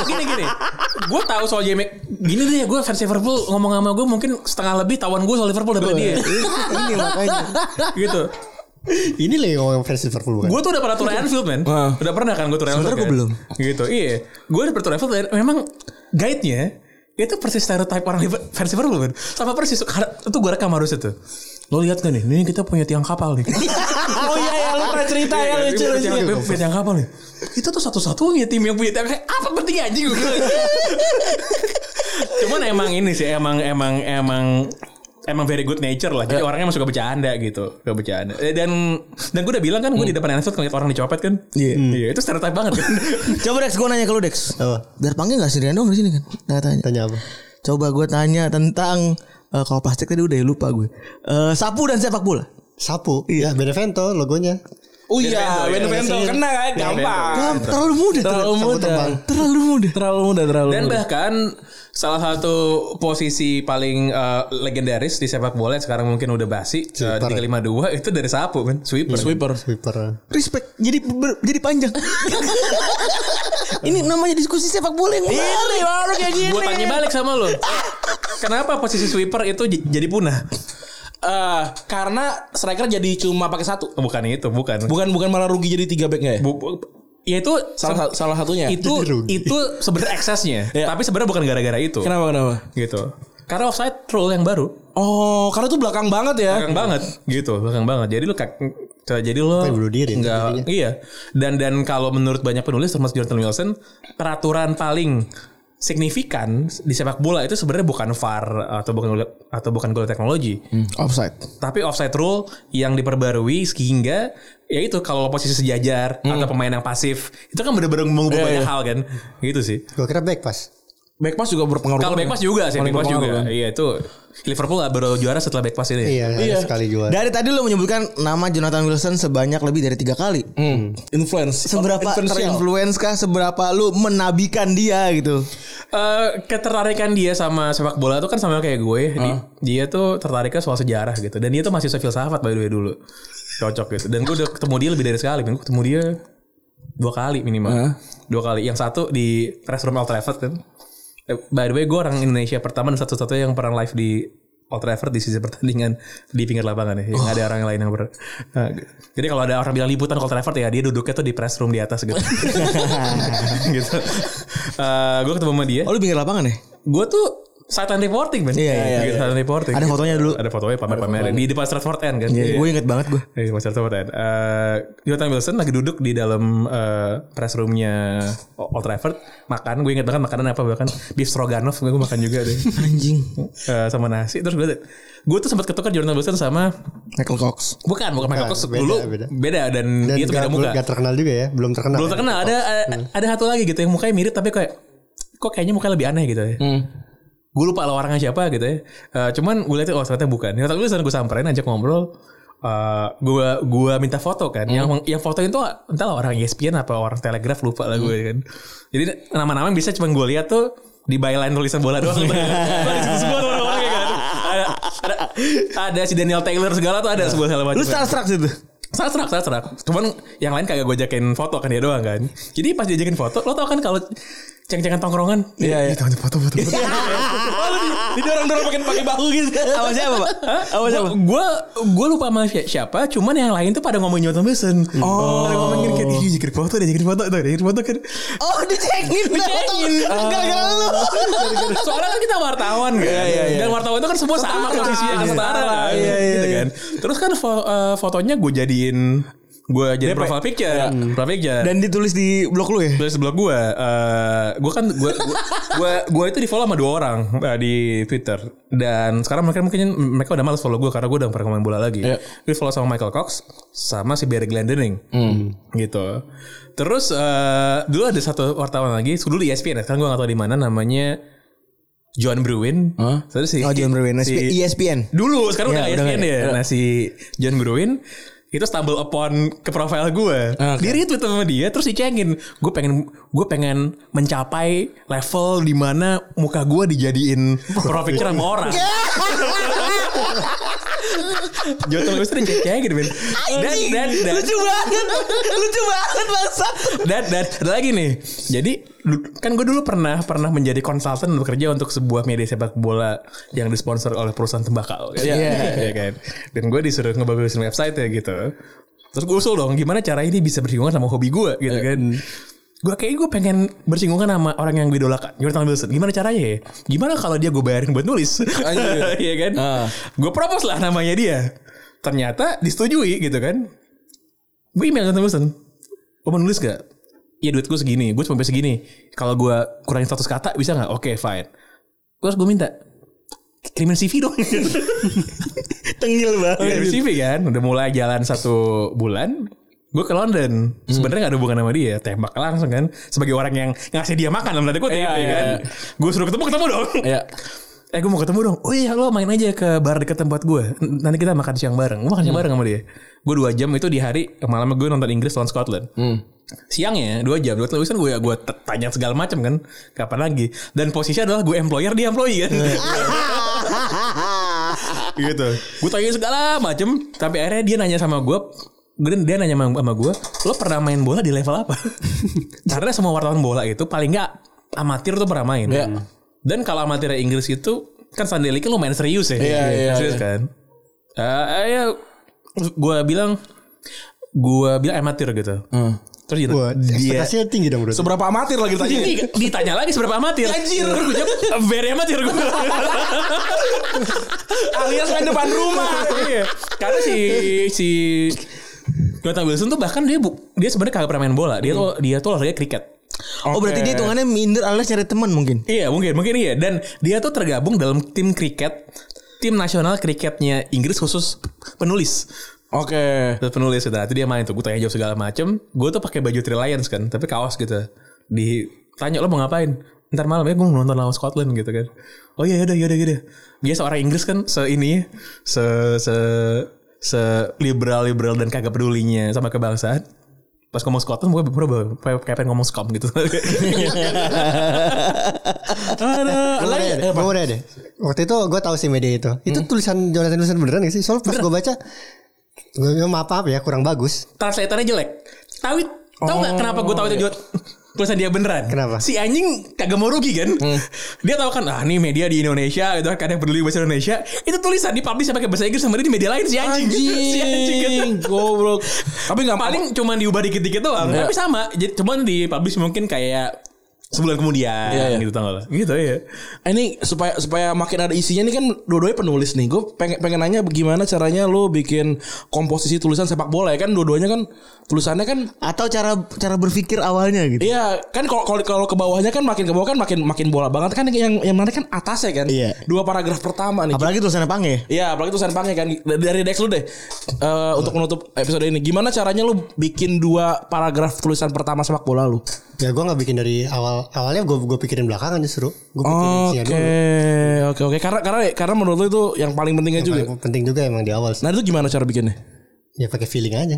gini gini gue tahu soal Jamie gini deh gue fans Liverpool ngomong sama gue mungkin setengah lebih tawan gue soal Liverpool daripada dia Iya, Ini makanya. gitu Ini lah yang ngomong versi Liverpool kan? bukan? Gue tuh udah pernah tour Anfield men Wah. Udah pernah kan gue tour Anfield Sebenernya kan? gua belum. Gitu iya Gue udah pernah tour Anfield dan Memang guide-nya Itu persis stereotype orang Liver- fans Liverpool men Sama persis Kar- Itu gue rekam harusnya tuh Lo lihat gak nih Nih kita punya tiang kapal nih Oh iya iya lu pernah cerita Iya, ya lucu iya, lucu. tiang- tiang- tiang kapal nih Itu tuh satu-satunya tim yang punya tiang kapal Apa penting anjing gue bilang. Cuman emang ini sih Emang Emang Emang Emang very good nature lah Jadi orangnya emang suka bercanda gitu Suka bercanda Eh, Dan Dan gue udah bilang kan Gue di depan Anfield ngeliat orang dicopet kan Iya Iya itu stereotype banget kan Coba Dex, gue nanya ke lu Dex. Apa? Biar panggil gak sendirian dong di sini kan? Tanya tanya. Tanya apa? Coba gue tanya tentang eh, kalau plastik tadi udah lupa gue. Eh, sapu dan sepak bola. Sapu. Iya. Benevento logonya. Oh iya, Benevento. Benevento kena kan gampang. Gam- terlalu mudah. Terlalu muda. terbang. Terlalu mudah. Terlalu muda terlalu Dan muda. bahkan salah satu posisi paling eh, legendaris di sepak bola yang sekarang mungkin udah basi eh, Sweeper. 352 itu dari sapu kan sweeper. Sweeper. Sweeper. Respect. Jadi ber- jadi panjang. Ini namanya diskusi sepak bola yang menarik. baru kayak gini. Gue tanya balik sama lo. Kenapa posisi sweeper itu j- jadi punah? Eh, karena striker jadi cuma pakai satu. Oh, Bukan itu, bukan. Bukan bukan malah rugi jadi tiga backnya ya? Bu- bu- ya itu Salah sa- salah satunya. itu Jadi rugi. Ya. itu sebenarnya eksesnya, Iya. tapi sebenarnya bukan gara-gara itu. Kenapa kenapa? Gitu. Karena offside rule yang baru. Oh, karena tuh belakang banget ya. belakang banget gitu belakang banget jadi lu kak jadi lu Iya. Kayak bunuh diri, nggak- jadinya. iya dan dan kalau menurut banyak penulis termasuk Jonathan Wilson peraturan paling signifikan di sepak bola itu sebenarnya bukan VAR atau bukan goal- atau bukan goal teknologi Offside. tapi offside rule yang diperbarui sehingga ya itu kalau posisi sejajar atau pemain yang pasif itu kan benar-benar mengubah Hmm. Iya, banyak iya. hal kan gitu sih Gue kira back pass. Back pass juga berpengaruh. ya. kalau back pass juga sih Paling back pass juga berpengaruh kan. iya itu Liverpool baru juara setelah back pass ini Iya. Iya. Ada sekali juara. Dari tadi lo menyebutkan nama Jonathan Wilson sebanyak lebih dari tiga kali. Hmm. Influence. Seberapa Influential. terinfluence kah? Seberapa lu menabikan dia gitu? Eh, ketertarikan dia sama sepak bola tuh kan sama kayak gue. Di- Dia tuh tertariknya soal sejarah gitu. Dan dia tuh masih filsafat by the way dulu. Cocok gitu. Dan gue udah ketemu dia lebih dari sekali. Men. Gue ketemu dia dua kali minimal. Dua kali. Yang satu di restroom Old Trafford kan. Eh, By the way gue orang Indonesia pertama dan satu-satunya yang pernah live di Old Trafford di sisi pertandingan di pinggir lapangan ya. Yang nggak ada Oh. orang lain yang pernah. Nah, gitu. Jadi kalau ada orang bilang liputan Old Trafford ya dia duduknya tuh di press room di atas gitu. gitu. Eh, gue ketemu sama dia Oh lu pinggir lapangan ya? gue tuh silent reporting men. Iya, iya, Bikin iya. silent reporting. Ada fotonya dulu. Iya, Ada fotonya pamer-pamerin di depan Stratford End kan. Gue inget banget gue. Iya, Mas Elton Watson. Eh, Jonathan Wilson lagi duduk di dalam eh, press roomnya Old Trafford. Makan, gue inget banget makanan apa bahkan. Beef stroganoff, gue makan juga deh. Anjing. Eh, sama nasi. Terus gue, gue tuh sempat ketukar Jonathan Wilson sama... Michael Cox. Bukan, bukan Michael Bukan, Cox. beda, Dulu beda, beda. dan, Dan dia tuh beda gak, muka. gak terkenal juga ya, belum terkenal. Belum ya. terkenal. Ada, ada- ada satu lagi gitu yang mukanya mirip tapi kayak... Kok kayaknya mukanya lebih aneh gitu ya. Gue lupa lah orangnya siapa gitu ya. Eh, cuman gue liatin, oh ternyata bukan. Jonathan Wilson gue samperin, ajak ngobrol. Eh, gua gua minta foto kan yang yang foto itu entahlah orang E ESPN apa orang Telegraph lupa lah gue kan jadi nama-nama yang bisa cuma gue lihat tuh di byline tulisan bola doang Gua disitu semua tuh orang-orangnya kan. ada, ada, ada si Daniel Taylor segala tuh ada sebuah segala macam Lu starstruck situ. Salah serak, salah serak. Cuman yang lain kagak gue ajakin foto kan dia doang kan. Jadi pas diajakin foto, lo tau kan kalau ceng-cengan tongkrongan. Iya, iya. Itu foto, foto, foto. Ini dorong-dorong pakai pakai bahu gitu. Sama siapa, Pak? Sama siapa? Gue gue lupa sama si- siapa, cuman yang lain tuh pada ngomongin Jonathan Wilson. Oh. Pada ngomongin kayak, ih jakin foto, dia jakin foto, tuh, dia jakin foto kan. Oh, dicengin. Oh. Dicengin. Gara-gara lu. Soalnya kan kita wartawan kan. Dan wartawan itu kan semua sama posisinya setara kan. Iya, iya, Gitu iya. kan. Terus kan fo- eh, fotonya gue jadiin gue jadi DP. profile picture, Iya. profile picture. Dan ditulis di blog lu ya? Dari sebelah gue, eh gue kan gue gue gue itu di follow sama dua orang eh, di Twitter dan sekarang mereka mungkin mereka udah males follow gue karena gue udah nggak pernah main bola lagi. Gue follow sama Michael Cox sama si Barry Glendening gitu. Terus eh dulu ada satu wartawan lagi, dulu di ESPN ya, sekarang gue nggak tahu di mana namanya John Bruin. Terus si Oh, John Berwin. si- ESPN. Dulu sekarang udah Iya, udah ISBN nggak ya. ya. Nah si John Gruen itu stumble upon ke profile gue. Ah, Oke. Diri itu sama dia terus dicengin. Gue pengen gue pengen mencapai level di mana muka gue dijadiin profile picture sama orang. Ya. Jonathan Lewis tuh dicengin men. Dan dan dan Lucu banget. Lucu banget, bangsa. dan dan ada lagi nih. Jadi du- kan gue dulu pernah pernah menjadi konsultan bekerja untuk sebuah media sepak bola yang disponsor oleh perusahaan tembakau. Iya. Iya kan. Dan gue disuruh ngebagusin website ya gitu. Terus gue usul dong gimana cara ini bisa bersinggungan sama hobi gue gitu kan. Gue kayak gue pengen bersinggungan sama orang yang gue idolakan Jonathan Wilson Gimana caranya ya Gimana kalau dia gue bayarin buat nulis Iya kan Ah. Gue propose lah namanya dia Ternyata disetujui gitu kan Gue email Jonathan Wilson lo mau nulis gak? Iya duit gue segini, gue cuma bisa segini. Kalau gue kurangin 100 kata bisa gak? Oke fine. Terus gue minta kirimin CV dong. Gitu. Iya, Tengil Kirimin banget. CV kan, udah mulai jalan satu bulan. Gue ke London, Hmm. sebenarnya gak ada hubungan sama dia, tembak langsung kan. Sebagai orang yang ngasih dia makan dalam tanda kutip Iya, ya iya, kan. iya. Gue suruh ketemu ketemu dong. Iya. Eh gue mau ketemu dong. Oh iya lo main aja ke bar dekat tempat gue. N- Nanti kita makan siang bareng. Gue makan Hmm. siang bareng sama dia. Gue dua jam itu di hari malamnya gue nonton Inggris lawan Scotland. Hmm. Siangnya dua jam. kan Dua tulisan gue gue t- tanya segala macam kan. Kapan lagi? Dan posisinya adalah gue employer dia employee kan. gitu. Gue tanya segala macam. Tapi akhirnya dia nanya sama gue. Gua- Dia nanya sama, sama gue, lo pernah main bola di level apa? Karena semua wartawan bola itu paling nggak amatir tuh pernah main. Iya. Dan kalau amatir Inggris itu kan Sunday League lumayan serius ya. Iya, iya, serius kan. Eh, ya gue bilang gue bilang amatir gitu. Hmm. Terus gitu. Wah, dia ekspektasinya tinggi dong berarti. Seberapa amatir lagi tanya? Iya. Ini ditanya lagi seberapa amatir. Anjir. Terus gue jawab, "Eh, very amatir gue. Alias main depan rumah. Iya. Karena si si Jonathan Wilson tuh bahkan dia bu, dia sebenarnya kagak pernah main bola. Dia tuh dia tuh olahraga kriket. Oh, berarti dia hitungannya minder alias nyari teman mungkin. Iya mungkin mungkin iya dan dia tuh tergabung dalam tim kriket tim nasional kriketnya Inggris khusus penulis Oke. Terus penulis gitu. Nanti dia main tuh. Gue tanya jawab segala macem. Gue tuh pakai baju Three Lions kan. Tapi kaos gitu. Ditanya lo mau ngapain? Ntar malam ya gue mau nonton lawan Scotland gitu kan. Oh iya yaudah yaudah yaudah. Dia seorang Inggris kan se ini se se se liberal liberal dan kagak pedulinya sama kebangsaan. Pas ngomong Scotland gue berubah kayak pengen ngomong Scom gitu. Gue mau eh, nanya deh, gue mau nanya deh. Waktu itu gue tahu sih media itu. Itu Hmm. tulisan Jonathan Wilson beneran gak sih? Soalnya pas gue baca, gue maaf maaf ya kurang bagus. Translatornya jelek. Tahu tahu nggak kenapa gue tahu Oh, itu Jod? tulisan dia beneran. Kenapa? Si anjing kagak mau rugi kan? Hmm. Dia tahu kan ah nih media di Indonesia gitu kan kadang peduli bahasa Indonesia. Itu tulisan dipublish pakai bahasa Inggris sama dia di media lain si anjing. si anjing kan. Goblok. Tapi nggak Paling cuman diubah dikit-dikit doang, Iya. tapi sama. Jadi cuman dipublish mungkin kayak sebulan kemudian Iya, iya. gitu tau gak lo? Gitu ya. Eh, Ini supaya supaya makin ada isinya nih kan dua-duanya penulis nih. Gue pengen pengen nanya bagaimana caranya lo bikin komposisi tulisan sepak bola ya kan dua-duanya kan tulisannya kan Atau cara cara berpikir awalnya gitu. Iya, kan kalau kalau kalau ke bawahnya kan makin ke bawah kan makin makin bola banget kan yang yang menarik kan atasnya kan. Iya. Dua paragraf pertama nih. Apalagi tulisannya Pange. ya? Iya, apalagi tulisan pange kan dari Dex lu deh. Eh, untuk menutup episode ini, gimana caranya lu bikin dua paragraf tulisan pertama sepak bola lu? Ya gue nggak bikin dari awal awalnya gue gue pikirin belakangan justru. Gue pikirin Oh, Oke, isinya dulu. oke, oke. Karena karena karena menurut lu itu yang paling pentingnya juga. Paling Penting juga emang di awal. sih. Nah itu gimana cara bikinnya? Ya pakai feeling aja.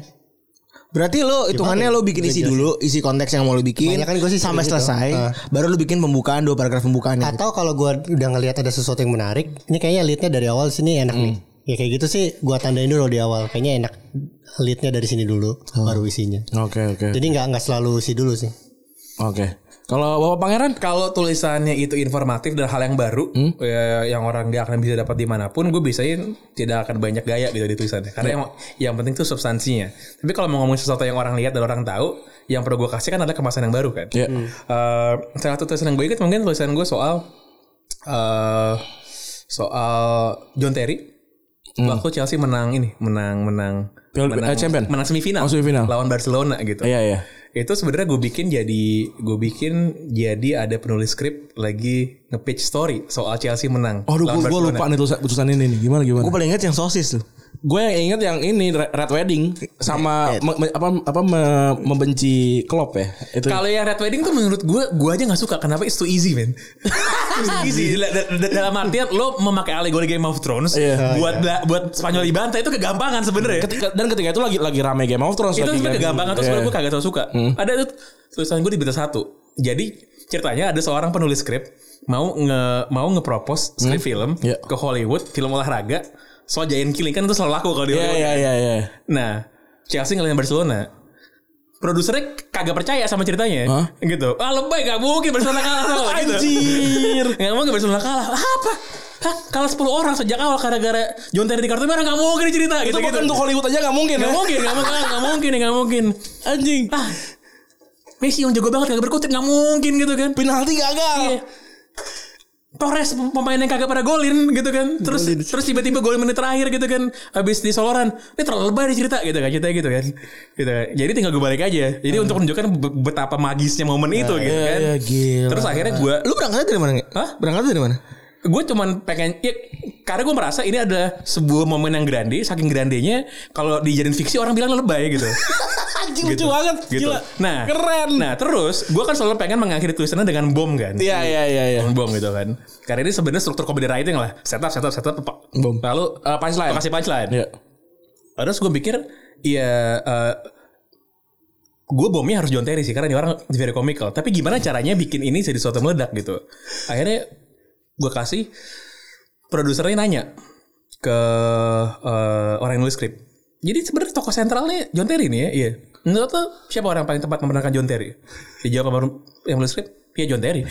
Berarti lo hitungannya lo bikin isi dulu, isi konteks yang mau lo bikin Kebanyakan gua sih sampai gitu. selesai, Ah. baru lo bikin pembukaan dua paragraf pembukaannya. gitu. Atau kalau gue udah ngelihat ada sesuatu yang menarik, ini kayaknya leadnya dari awal sini enak nih. Hmm. Ya kayak gitu sih gue tandain dulu di awal. Kayaknya enak leadnya dari sini dulu, Oh. baru isinya. Oke, oke, Jadi nggak nggak selalu isi dulu sih. oke. Kalau bapak pangeran? Kalau tulisannya itu informatif dan hal yang baru Hmm? ya, yang orang nggak akan bisa dapat dimanapun, gue bisain tidak akan banyak gaya gitu di tulisannya. Ya. Karena yang yang penting tuh substansinya. Tapi kalau mau ngomongin sesuatu yang orang lihat dan orang tahu, yang perlu gue kasih kan adalah kemasan yang baru kan. Iya. Eh, salah satu tulisan yang gue ingat mungkin tulisan gue soal eh soal John Terry waktu Chelsea menang ini menang menang Hmm. Piala- menang, eh, champion. menang semifinal, Oh, semifinal. lawan Barcelona gitu Iya, iya. itu sebenarnya gue bikin jadi gue bikin jadi ada penulis skrip lagi nge-pitch story soal Chelsea menang Aduh, lawan gue gue Barcelona. lupa nih tulisan, tulisan ini nih. Gimana gimana? Gue paling inget yang sosis tuh. Gue yang inget yang ini Red Red Wedding Eh, sama me- me- apa apa me- membenci Klopp ya. Itu. kalau yang Red Wedding tuh menurut gue gue aja nggak suka kenapa it's too easy man It's too easy Da- da- da- dalam artian lo memakai alegori Game of Thrones Iya. buat bla- buat Spanyol dibantai itu kegampangan sebenarnya Ketika- dan ketika itu lagi lagi rame Game of Thrones itu lagi sebenarnya kan. kegampangan terus Iya. gue kagak tau suka ada tuh tulisan gue di berita satu jadi ceritanya ada seorang penulis skrip mau nge mau ngepropose skrip film Iya. ke Hollywood film olahraga soal giant killing kan itu selalu laku kalau di Iya Hollywood. iya iya iya. nah Chelsea ngelawan Barcelona produsernya kagak percaya sama ceritanya Hah? gitu ah lebay gak mungkin Barcelona kalah tau gak?" gitu. Anjir. Gak mungkin Barcelona kalah apa Hah, kalah 10 orang sejak awal gara-gara John Terry di kartu merah gak mungkin cerita Gitu. Itu gitu-gitu. bahkan untuk Hollywood aja gak mungkin Gak ya. mungkin, gak mungkin, gak mungkin, gak mungkin. Anjing. Ah, Messi yang jago banget kagak berkutip gak mungkin gitu kan. Penalti gagal. Torres pemain yang kagak pada golin gitu kan. Terus terus tiba-tiba golin menit terakhir gitu kan. Habis di soloran. Ini terlalu lebay nih cerita gitu kan. Ceritanya gitu kan. Gitu kan. Jadi tinggal gue balik aja. Jadi untuk menunjukkan be- betapa magisnya momen itu gitu iya, kan. iya, gila. Terus akhirnya gue Iya. Lu berangkatnya dari mana? Nge? Hah? Berangkatnya dari mana? gue cuman pengen ya, karena gue merasa ini adalah sebuah momen yang grande saking grandenya kalau dijadiin fiksi orang bilang lebay gitu Anjing lucu banget. gitu. Gila. Nah, keren. Nah, terus gue kan selalu pengen mengakhiri tulisannya dengan bom kan. Iya iya iya iya. Bom gitu kan. Karena ini sebenarnya struktur comedy writing lah. Setup, setup, setup. pa- Bom. Lalu Eh, punchline. kasih punchline. Iya. Terus gue pikir, iya, eh gue bomnya harus John Terry sih karena ini orang very comical. Tapi gimana caranya bikin ini jadi suatu meledak gitu? Akhirnya gue kasih produsernya nanya ke eh, orang yang nulis skrip. Jadi sebenarnya tokoh sentralnya John Terry nih ya. Iya. Menurut lo siapa orang yang paling tepat memenangkan John Terry? Dijawab sama yang nulis skrip, ya John Terry.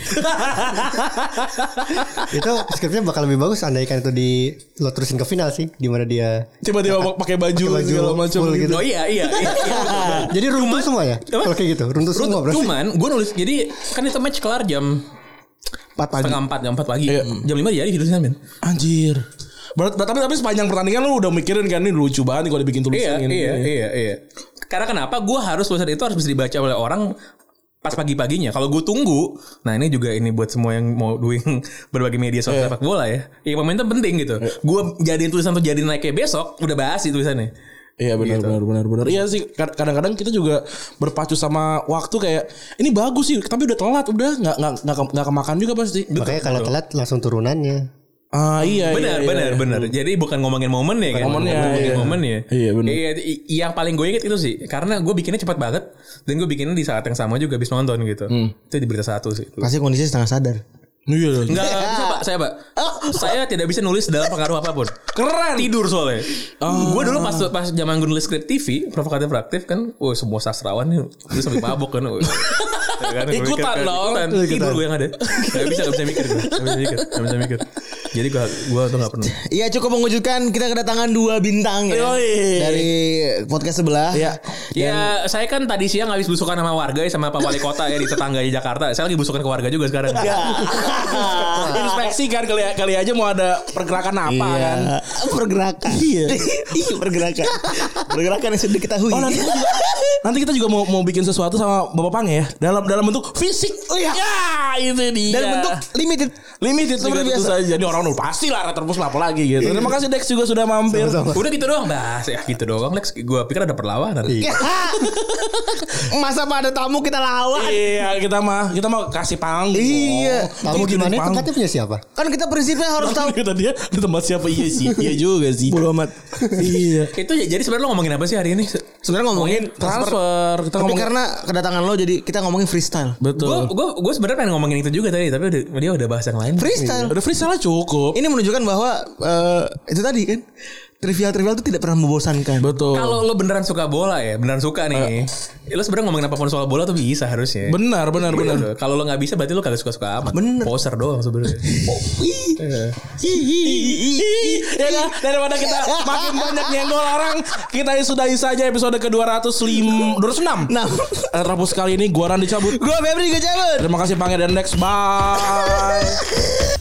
itu skripnya bakal lebih bagus andaikan itu di lo terusin ke final sih gimana dia Tiba-tiba pakai baju, Pakai baju segala macam full gitu. gitu. oh iya, iya. iya, iya. Ah. jadi runtuh semua ya Apa? kalau kayak gitu runtuh Terus semua berarti cuman gue nulis jadi kan itu match kelar jam Empat pagi. setengah empat jam empat pagi jam lima jadi tulisannya men Anjir. Berat, berat- tapi tapi sepanjang pertandingan lu udah mikirin kan ini lucu banget nih kalau dibikin iya tulisan ini. iya iya iya karena kenapa gue harus tulisan itu harus bisa dibaca oleh orang pas pagi paginya kalau gue tunggu nah ini juga ini buat semua yang mau doing berbagai media soal sepak bola ya iya momentum penting gitu gue jadiin tulisan tuh jadi naik kayak besok udah bahas sih tulisannya Iya benar Gitu. benar benar benar. Iya sih kad- kadang-kadang kita juga berpacu sama waktu kayak ini bagus sih tapi udah telat udah nggak nggak nggak ke- nggak kemakan juga pasti. makanya kalau telat langsung turunannya Ah iya benar iya, benar benar jadi bukan ngomongin momennya kan Momennya, ngomongin iya. momennya Iya, benar. i- yang paling gue inget itu sih karena gue bikinnya cepat banget dan gue bikinnya di saat yang sama juga habis nonton gitu Hmm. itu di berita satu sih Pasti kondisi setengah sadar. Iya. Enggak bisa pak saya pak Ah. saya tidak bisa nulis dalam pengaruh apapun keren tidur soalnya Ah. gue dulu pas pas zaman gue nulis skrip TV provokatif proaktif kan wah semua sastrawan nih terus sampai mabok kan wah. Ya kan, gua Ikutan mikir kan, dong. ikutan. tidur gue yang ada gak bisa gak bisa mikir gue gak bisa mikir gak bisa mikir Jadi gua gua tuh nggak pernah. Iya cukup mengwujudkan kita kedatangan dua bintang ya Yoi. dari podcast sebelah. Iya. Ya, saya kan tadi siang habis belusukan sama warga ya, sama Pak Wali Kota ya di tetangga di Jakarta. Saya lagi belusukan ke warga juga sekarang. Iya. Inspeksi kan kali kali aja mau ada pergerakan apa Iya. kan. Pergerakan. Iya. pergerakan. Pergerakan yang sudah diketahui. Oh nanti kita juga, nanti kita juga mau mau bikin sesuatu sama Bapak Pang ya dalam dalam bentuk fisik. Oh, iya. Ya itu dia. Dan bentuk limited. limit itu Seperti biasa. biasa. Iya. Jadi orang udah pasti lah terus lah apalagi gitu. Terima kasih Dex juga sudah iya. mampir. Udah gitu doang. Nah, ya gitu doang Lex. Gua pikir ada perlawanan. Masa pada tamu kita lawan. Iya kita mah kita mau kasih panggung. Iya. Tamu Kita gimana jadi itu panggung. katanya punya siapa? Kan kita prinsipnya harus tahu. Kata dia di tempat siapa iya sih. Iya juga sih. Bodoh amat. Iya. Itu ya, jadi sebenarnya lo ngomongin apa sih hari ini? Sebenarnya ngomongin transfer. Transfer kita Tapi ngomong karena kedatangan lo jadi kita ngomongin freestyle. Gue betul. gue gue sebenarnya pengen ngomongin itu juga tadi, tapi udah, dia udah bahas yang lain. Freestyle. Udah freestyle cukup. Ini menunjukkan bahwa eh, itu tadi kan trivial-trivial itu tidak pernah membosankan. Betul. Kalau lo beneran suka bola ya, beneran suka nih. ya lo sebenarnya ngomongin apapun soal bola tuh bisa harusnya. benar benar benar. Bener. Kalau lo nggak bisa berarti lo kagak suka-suka amat. Bener. Poser doang sebenarnya. Ya kan? Daripada kita makin banyak nyenggol orang, kita sudahi saja episode ke-205 206. Nah, Eh, Rabu sekali ini gua Randi cabut. gue Febri gue cabut. Terima kasih Pangeran Dex. Bye.